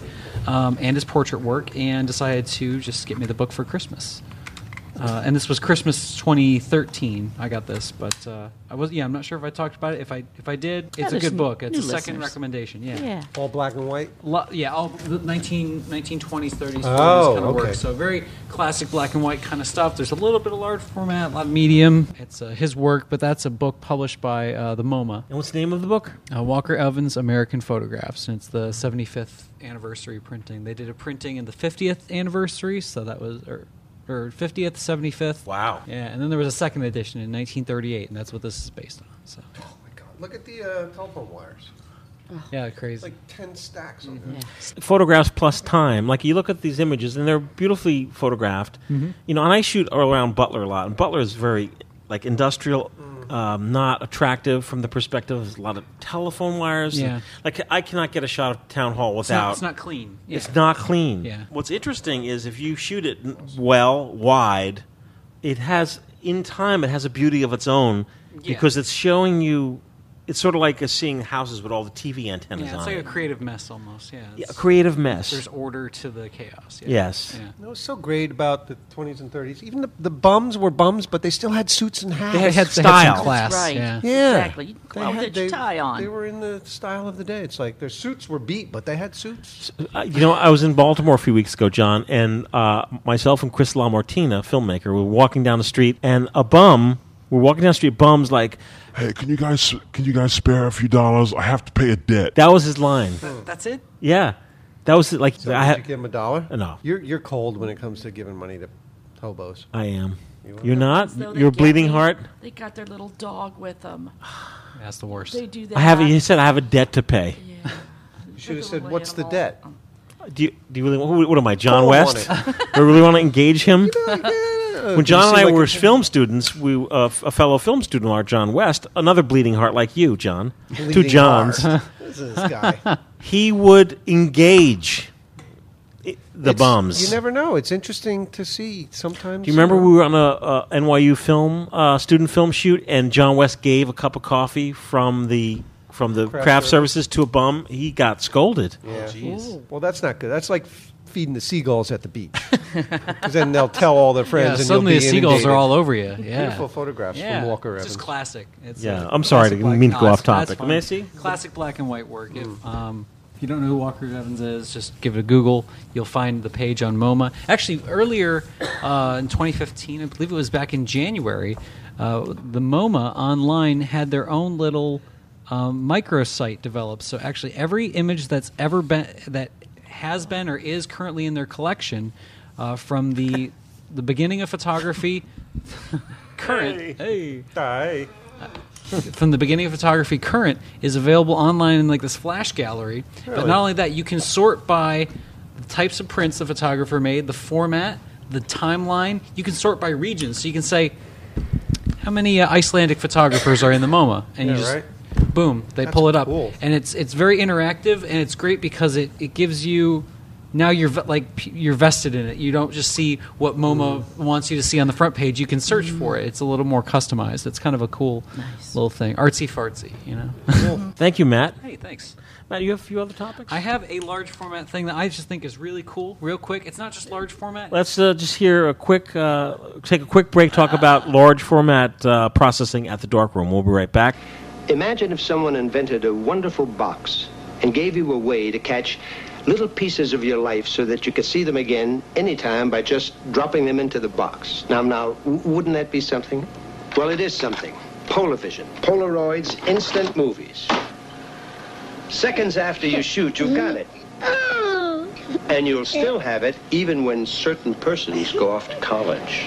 [SPEAKER 4] um, and his portrait work, and decided to just get me the book for Christmas. Uh, and this was Christmas 2013. I got this, but uh, I was yeah. I'm not sure if I talked about it. If I if I did, it's a
[SPEAKER 3] there's
[SPEAKER 4] good
[SPEAKER 3] n-
[SPEAKER 4] book. It's a
[SPEAKER 3] new
[SPEAKER 4] second
[SPEAKER 3] listeners.
[SPEAKER 4] recommendation.
[SPEAKER 3] Yeah.
[SPEAKER 2] All black and white?
[SPEAKER 4] Lo- yeah, all the 19, 1920s, 30s, 40s
[SPEAKER 2] Oh,
[SPEAKER 4] kind of
[SPEAKER 2] okay.
[SPEAKER 4] work. So very classic black and white kind of stuff. There's a little bit of large format, a lot of medium. It's uh, his work, but that's a book published by uh, the MoMA,
[SPEAKER 1] And what's the name of the book?
[SPEAKER 4] uh, Walker Evans American Photographs, and it's the 75th anniversary printing. They did a printing in the 50th anniversary, so that was or, or 50th, 75th.
[SPEAKER 1] Wow.
[SPEAKER 4] Yeah, and then there was a second edition in 1938, and that's what this is based on. So
[SPEAKER 2] Oh my God. Look at the uh, telephone wires.
[SPEAKER 4] yeah, crazy.
[SPEAKER 2] Like 10 stacks on there.
[SPEAKER 1] photographs plus time. Like you look at these images, and they're beautifully photographed. You know, and I shoot around Butler a lot, and Butler is very like industrial, um, not attractive from the perspective. There's a lot of telephone wires.
[SPEAKER 4] Yeah.
[SPEAKER 1] like I cannot get a shot of town hall
[SPEAKER 4] it's, not,
[SPEAKER 1] without.
[SPEAKER 4] it's not clean. Yeah.
[SPEAKER 1] It's not clean.
[SPEAKER 4] Yeah.
[SPEAKER 1] What's interesting is if you shoot it n- well, wide, it has in time it has a beauty of its own
[SPEAKER 4] Yeah.
[SPEAKER 1] because it's showing you. It's sort of like uh, seeing houses with all the TV antennas
[SPEAKER 4] Yeah,
[SPEAKER 1] on
[SPEAKER 4] it's like a
[SPEAKER 1] it.
[SPEAKER 4] creative mess almost. Yeah,
[SPEAKER 1] Yeah,
[SPEAKER 4] it's-
[SPEAKER 1] a creative mess.
[SPEAKER 4] there's order to the chaos. Yeah.
[SPEAKER 1] Yes.
[SPEAKER 4] Yeah.
[SPEAKER 2] That was so great about the 20s and 30s. Even the, the bums were bums, but they still had suits and hats.
[SPEAKER 4] They had, had,
[SPEAKER 1] style.
[SPEAKER 4] they had
[SPEAKER 1] That's
[SPEAKER 4] some class.
[SPEAKER 3] right.
[SPEAKER 4] Yeah.
[SPEAKER 2] Yeah.
[SPEAKER 3] Exactly. You can go
[SPEAKER 2] They
[SPEAKER 3] out
[SPEAKER 2] had-
[SPEAKER 3] with your
[SPEAKER 2] they-
[SPEAKER 3] tie
[SPEAKER 2] They
[SPEAKER 3] on.
[SPEAKER 2] were in the style of the day. It's like their suits were beat, but they had suits.
[SPEAKER 1] Uh, you know, I was in Baltimore a few weeks ago, John, and uh, myself and Chris LaMartina, filmmaker, were walking down the street, and a bum, we're walking down the street, bum's like,
[SPEAKER 6] Hey, can you guys can you guys spare a few dollars? I have to pay a debt.
[SPEAKER 1] that was his line.
[SPEAKER 4] That's it.
[SPEAKER 1] Yeah. That was like,
[SPEAKER 2] So did
[SPEAKER 1] I, ha-
[SPEAKER 2] you give them a dollar?
[SPEAKER 1] No.
[SPEAKER 2] You're, you're cold when it comes to giving money to hobos.
[SPEAKER 1] I am.
[SPEAKER 2] You
[SPEAKER 1] You're not?
[SPEAKER 3] So they
[SPEAKER 1] You're a
[SPEAKER 3] get
[SPEAKER 1] bleeding
[SPEAKER 3] the-
[SPEAKER 1] heart?
[SPEAKER 3] They got their little dog with them.
[SPEAKER 4] That's the worst.
[SPEAKER 3] They do that.
[SPEAKER 1] I have, he said, I have a debt to pay.
[SPEAKER 2] You should have said,
[SPEAKER 3] Little
[SPEAKER 2] what's the
[SPEAKER 3] animal.
[SPEAKER 2] debt?
[SPEAKER 1] Do, you, do you really want, what am I, John
[SPEAKER 2] Call
[SPEAKER 1] West?
[SPEAKER 2] on
[SPEAKER 1] I really want to engage him? When John and I were
[SPEAKER 2] filming.
[SPEAKER 1] film students, we uh, f- a fellow film student, our John West, another bleeding heart like you, John, two
[SPEAKER 2] Bleeding
[SPEAKER 1] Johns,
[SPEAKER 2] heart. this is this guy.
[SPEAKER 1] he would engage i- the
[SPEAKER 2] It's-
[SPEAKER 1] bums.
[SPEAKER 2] You never know. It's interesting to see sometimes.
[SPEAKER 1] Do you remember we were on a, uh NYU film uh, student film shoot, and John West gave a cup of coffee from the from the craft,
[SPEAKER 2] Craft
[SPEAKER 1] services to a bum. He got scolded.
[SPEAKER 2] Yeah. Ooh. Well, that's not good. That's like f- feeding the seagulls at the beach. 'Cause then they'll tell all their friends.
[SPEAKER 4] yeah,
[SPEAKER 2] and you'll
[SPEAKER 4] suddenly
[SPEAKER 2] be
[SPEAKER 4] the seagulls
[SPEAKER 2] inundated.
[SPEAKER 4] are all over you. Yeah.
[SPEAKER 2] Beautiful photographs
[SPEAKER 4] yeah.
[SPEAKER 2] from Walker
[SPEAKER 4] It's
[SPEAKER 2] Evans.
[SPEAKER 4] just classic. It's
[SPEAKER 1] Yeah,
[SPEAKER 4] uh,
[SPEAKER 1] I'm sorry,
[SPEAKER 4] classic
[SPEAKER 1] I
[SPEAKER 4] black-
[SPEAKER 1] didn't mean to
[SPEAKER 4] no,
[SPEAKER 1] go
[SPEAKER 4] it's-
[SPEAKER 1] off
[SPEAKER 4] that's
[SPEAKER 1] topic.
[SPEAKER 4] fine.
[SPEAKER 1] May I see?
[SPEAKER 4] Classic black and white work. If, um, if you don't know who Walker Evans is, just give it a Google. You'll find the page on MoMA. Actually, earlier uh, in 2015, I believe it was back in January, uh, the MoMA online had their own little um, microsite developed. So actually, every image that's ever been that has been or is currently in their collection uh, from the the beginning of photography, current, hey,
[SPEAKER 2] hey.
[SPEAKER 4] from the beginning of photography current is available online in like this flash gallery but
[SPEAKER 16] Really?
[SPEAKER 4] not only that you can sort by the types of prints the photographer made the format the timeline you can sort by region so you can say how many uh, icelandic photographers are in the moma and
[SPEAKER 2] Yeah,
[SPEAKER 4] you just
[SPEAKER 2] right.
[SPEAKER 4] boom they
[SPEAKER 2] That's
[SPEAKER 4] pull it up
[SPEAKER 2] cool.
[SPEAKER 4] and it's it's very interactive and it's great because it, it gives you now you're ve- like p- you're vested in it you don't just see what moma
[SPEAKER 1] Mm.
[SPEAKER 4] wants you to see on the front page you can search for it it's a little more customized it's kind of a cool little thing artsy fartsy you know
[SPEAKER 1] Thank you, Matt.
[SPEAKER 4] hey thanks
[SPEAKER 1] Matt, you have a few other topics?
[SPEAKER 4] i have a large format thing that i just think is really cool real quick it's not just large format
[SPEAKER 1] Let's uh, just hear a quick, uh, take a quick break, talk about large format uh, processing at the darkroom. We'll be right back.
[SPEAKER 5] Imagine if someone invented a wonderful box and gave you a way to catch little pieces of your life so that you could see them again anytime by just dropping them into the box. Now, now, w- wouldn't that be something? Well, it is something. Polavision, Polaroids, instant movies. Seconds after you shoot, you've got it. And you'll still have it even when certain persons go off to college.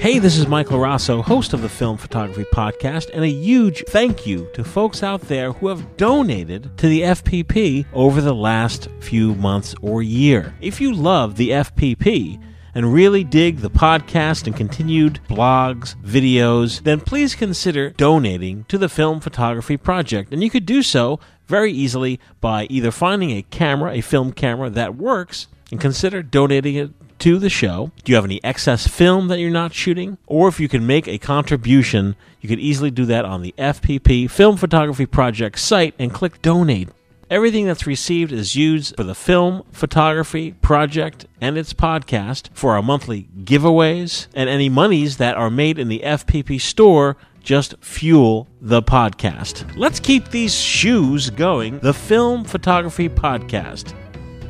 [SPEAKER 1] Hey, this is Michael Rosso, host of the Film Photography Podcast, and a huge thank you to folks out there who have donated to the FPP over the last few months or year. If you love the FPP, and really dig the podcast and continued blogs, videos, then please consider donating to the Film Photography Project. And you could do so very easily by either finding a camera, a film camera that works, and consider donating it to the show. Do you have any excess film that you're not shooting? Or if you can make a contribution, you could easily do that on the FPP Film Photography Project site and click donate. Everything that's received is used for the Film Photography Project and its podcast for our monthly giveaways, and any monies that are made in the FPP store just fuel the podcast. Let's keep these shoes going. The Film Photography Podcast.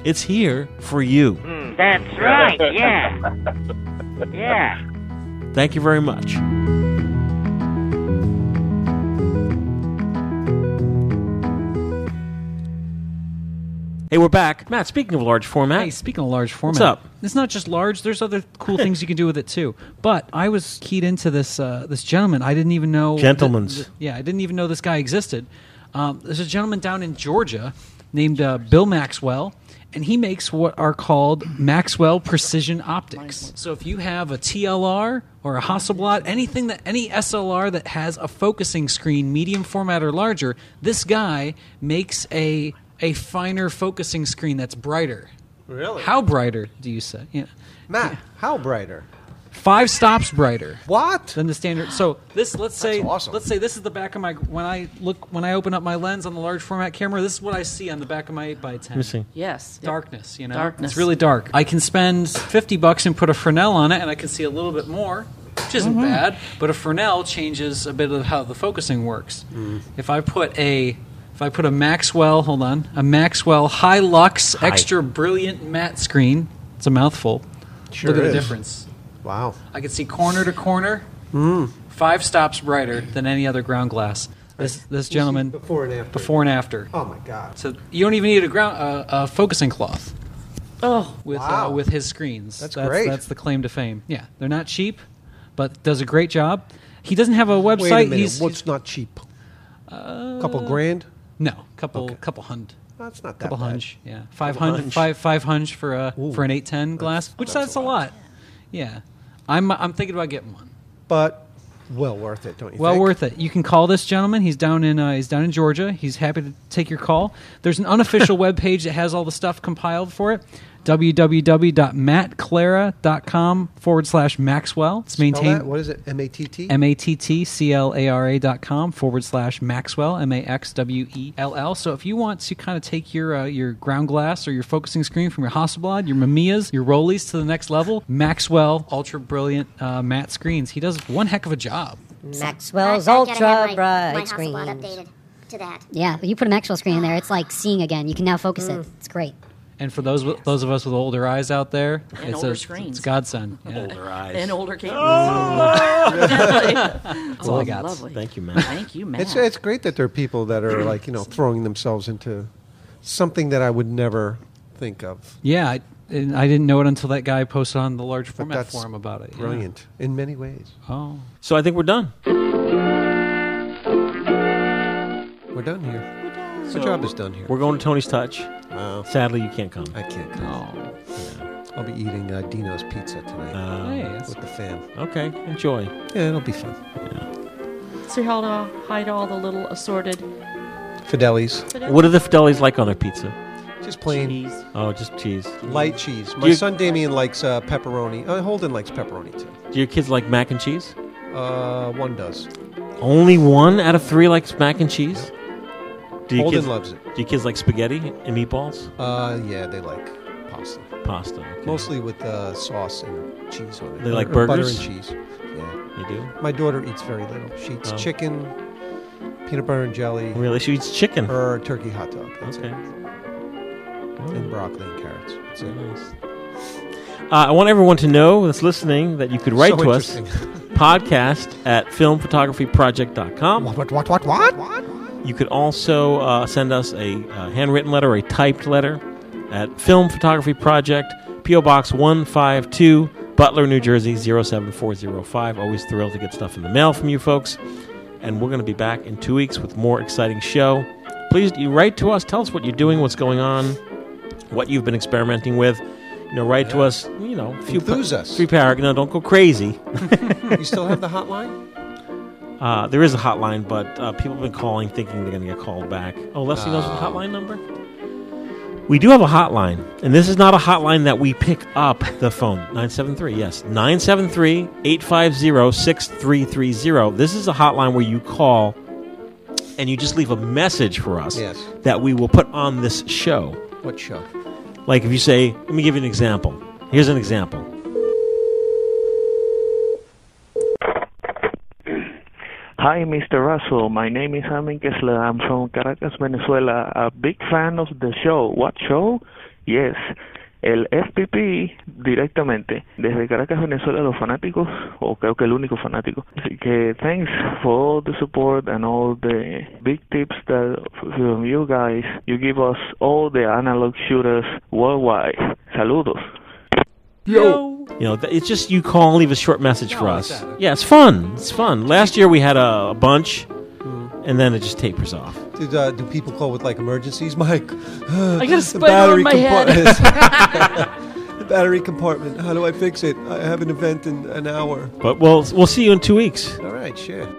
[SPEAKER 1] It's here for you.
[SPEAKER 17] That's right, yeah. Yeah.
[SPEAKER 1] Thank you very much. Hey, we're back. Matt, speaking of large format.
[SPEAKER 4] Hey, speaking of large
[SPEAKER 1] What's
[SPEAKER 4] format.
[SPEAKER 1] up?
[SPEAKER 4] It's not just large. There's other cool things you can do with it too. But I was keyed into this uh, this gentleman. I didn't even know
[SPEAKER 1] Gentleman's.
[SPEAKER 4] th- th- yeah, I didn't even know this guy existed. Um, there's a gentleman down in Georgia named uh, Bill Maxwell, and he makes what are called Maxwell precision optics. So if you have a TLR or a Hasselblad, anything that any SLR that has a focusing screen, medium format or larger, this guy makes a a finer focusing screen that's brighter.
[SPEAKER 2] Really?
[SPEAKER 4] How brighter do you say? Yeah.
[SPEAKER 2] Matt, how brighter?
[SPEAKER 4] Five stops brighter.
[SPEAKER 2] What?
[SPEAKER 4] Than the standard. So this let's say let's say this is the back of my when I look when I open up my lens on the large format camera, this is what I see on the back of my 8x10.
[SPEAKER 1] me see.
[SPEAKER 3] Yes.
[SPEAKER 4] Darkness, you know.
[SPEAKER 3] Darkness.
[SPEAKER 4] It's really dark. I can spend 50 bucks and put a Fresnel on it and I can see a little bit more, which isn't
[SPEAKER 3] Mhm.
[SPEAKER 4] bad, but a Fresnel changes a bit of how the focusing works. If I put a if I put a Maxwell, hold on, a Maxwell High Lux
[SPEAKER 1] Hi.
[SPEAKER 4] extra brilliant matte screen, it's a mouthful.
[SPEAKER 1] Sure
[SPEAKER 4] Look at
[SPEAKER 1] is.
[SPEAKER 4] the difference.
[SPEAKER 2] Wow.
[SPEAKER 4] I can see corner to corner,
[SPEAKER 2] Mm.
[SPEAKER 4] five stops brighter than any other ground glass. This this gentleman
[SPEAKER 2] before and after.
[SPEAKER 4] Before and after.
[SPEAKER 2] Oh my God.
[SPEAKER 4] So you don't even need a ground uh, a focusing cloth.
[SPEAKER 3] Oh,
[SPEAKER 4] with uh,
[SPEAKER 3] Wow.
[SPEAKER 4] with his screens.
[SPEAKER 2] That's great.
[SPEAKER 4] That's the claim to fame. Yeah, they're not cheap, but does a great job. He doesn't have a website. Uh,
[SPEAKER 2] Wait a minute.
[SPEAKER 4] He's
[SPEAKER 2] What's not cheap? couple grand?
[SPEAKER 4] No, couple couple hundred.
[SPEAKER 2] That's not that
[SPEAKER 4] couple
[SPEAKER 2] bad.
[SPEAKER 4] hunch. Yeah, five
[SPEAKER 2] Couple
[SPEAKER 4] hundred
[SPEAKER 2] hunch.
[SPEAKER 4] five five hunch for a for an eight ten glass, which that's, a lot. Yeah, I'm I'm thinking about getting one.
[SPEAKER 2] But well worth it, don't you
[SPEAKER 4] Well
[SPEAKER 2] think?
[SPEAKER 4] worth it. You can call this gentleman. He's down in uh, he's down in Georgia. He's happy to take your call. There's an unofficial webpage that has all the stuff compiled for it. www.mattclara.com forward slash Maxwell. It's
[SPEAKER 2] Spell that.
[SPEAKER 4] maintained
[SPEAKER 2] What is it? M A T T?
[SPEAKER 4] M A T T C L A R A dot com forward slash Maxwell M A X W E L L. So if you want to kind of take your uh, your ground glass or your focusing screen from your Hasselblad, your Mamias, your Rollies to the next level, Maxwell Ultra Brilliant uh, Matte Screens. He does one heck of a job.
[SPEAKER 6] Maxwell's
[SPEAKER 18] I gotta have
[SPEAKER 6] Ultra
[SPEAKER 18] my-
[SPEAKER 6] Bright
[SPEAKER 18] my Hasselblad
[SPEAKER 6] Screens.
[SPEAKER 18] updated.
[SPEAKER 6] to that.
[SPEAKER 5] Yeah, but you put a Maxwell screen in there, it's like seeing again. You can now focus it. It's great.
[SPEAKER 4] And for those with- those of us with older eyes out there,
[SPEAKER 3] And
[SPEAKER 4] it's
[SPEAKER 3] older
[SPEAKER 4] a
[SPEAKER 3] screens.
[SPEAKER 4] it's a godsend. Yeah.
[SPEAKER 3] Older eyes. And older cameras.
[SPEAKER 4] Oh!
[SPEAKER 3] Really?
[SPEAKER 4] That's all I got.
[SPEAKER 3] Lovely.
[SPEAKER 1] Thank you, Matt.
[SPEAKER 3] Thank you, Matt.
[SPEAKER 2] It's, it's great that there are people that are like you know throwing themselves into something that I would never think of.
[SPEAKER 4] Yeah, I, and I didn't know it until that guy posted on the large
[SPEAKER 2] But
[SPEAKER 4] format forum about it. yeah.
[SPEAKER 2] Brilliant in many ways.
[SPEAKER 4] Oh,
[SPEAKER 1] So I think we're done.
[SPEAKER 2] we're done here. The
[SPEAKER 1] So-
[SPEAKER 2] job is done here.
[SPEAKER 1] We're going to Tony's Touch.
[SPEAKER 2] Wow.
[SPEAKER 1] Sadly, you can't come.
[SPEAKER 2] I can't.
[SPEAKER 4] Oh.
[SPEAKER 2] Come. I'll be eating uh, Dino's pizza tonight
[SPEAKER 4] Uh,
[SPEAKER 1] Nice.
[SPEAKER 2] with the fam.
[SPEAKER 1] Okay, enjoy.
[SPEAKER 2] Yeah, it'll be fun.
[SPEAKER 3] See how to hide all the little assorted.
[SPEAKER 2] Fidelis,
[SPEAKER 1] What are the Fidelis like on their pizza?
[SPEAKER 2] just plain
[SPEAKER 1] Oh, just cheese.
[SPEAKER 2] light cheese.
[SPEAKER 1] Do
[SPEAKER 2] My
[SPEAKER 1] you-
[SPEAKER 2] son Damien likes uh, pepperoni. Uh, Holden likes pepperoni too.
[SPEAKER 1] Do your kids like mac and cheese?
[SPEAKER 2] Uh, one does.
[SPEAKER 1] Only one out of three likes mac and cheese. Do your
[SPEAKER 2] Holden
[SPEAKER 1] kids,
[SPEAKER 2] loves it.
[SPEAKER 1] Do your kids like spaghetti and meatballs?
[SPEAKER 2] Uh, yeah, they like pasta.
[SPEAKER 1] Pasta. okay.
[SPEAKER 2] Mostly with uh, sauce and cheese on it.
[SPEAKER 1] They like
[SPEAKER 2] Or Butter
[SPEAKER 1] burgers?
[SPEAKER 2] and cheese. Yeah.
[SPEAKER 1] They do?
[SPEAKER 2] My daughter eats very little. She eats
[SPEAKER 1] Oh.
[SPEAKER 2] chicken, peanut butter and jelly.
[SPEAKER 1] Really? She eats chicken.
[SPEAKER 2] Or turkey hot dog. That's
[SPEAKER 1] okay.
[SPEAKER 2] it. And broccoli and carrots. That's it.
[SPEAKER 1] Uh, I want everyone to know that's listening that you could write
[SPEAKER 2] So
[SPEAKER 1] to us
[SPEAKER 2] interesting.
[SPEAKER 1] podcast at filmphotographyproject.com. What, what, what, what, what? You could also uh, send us a uh, handwritten letter, a typed letter at Film Photography Project, P.O. Box 152, Butler, New Jersey 07405. Always thrilled to get stuff in the mail from you folks. And we're going to be back in two weeks with more exciting show. Please, you write to us. Tell us what you're doing, what's going on what you've been experimenting with. You know, write to us. You know, a few
[SPEAKER 2] Enthuse us.
[SPEAKER 1] Few parag- No, don't go crazy.
[SPEAKER 2] you still have the hotline?
[SPEAKER 1] uh, there is a hotline, but uh, people have been calling thinking they're going to get called back. Oh, Leslie knows what the hotline number. We do have a hotline, and this is not a hotline that we pick up the phone. 973, yes. 973 850 6330. This is a hotline where you call and you just leave a message for us
[SPEAKER 2] Yes.
[SPEAKER 1] that we will put on this show.
[SPEAKER 2] What show?
[SPEAKER 1] Like if you say, let me give you an example. Here's an example.
[SPEAKER 9] Hi, Mr. Russell. My name is Amin Kessler. I'm from Caracas, Venezuela. A big fan of the show. What show? Yes, el FPP directamente. Desde Caracas, Venezuela, los fanáticos, o creo que el único fanático. Así que thanks for all the support and all the big tips that from you guys. You give us all the analog shooters worldwide. Saludos.
[SPEAKER 1] Yo. You know, th- it's just you call and leave a short message for us. Yeah, it's fun. It's fun. Last year we had a, a bunch, and then it just tapers off.
[SPEAKER 2] Did, uh, do people call with like emergencies, Mike? I
[SPEAKER 1] got a spider on my head.
[SPEAKER 2] the battery compartment. How do I fix it? I have an event in an hour.
[SPEAKER 1] But we'll we'll see you in two weeks.
[SPEAKER 2] All right, sure.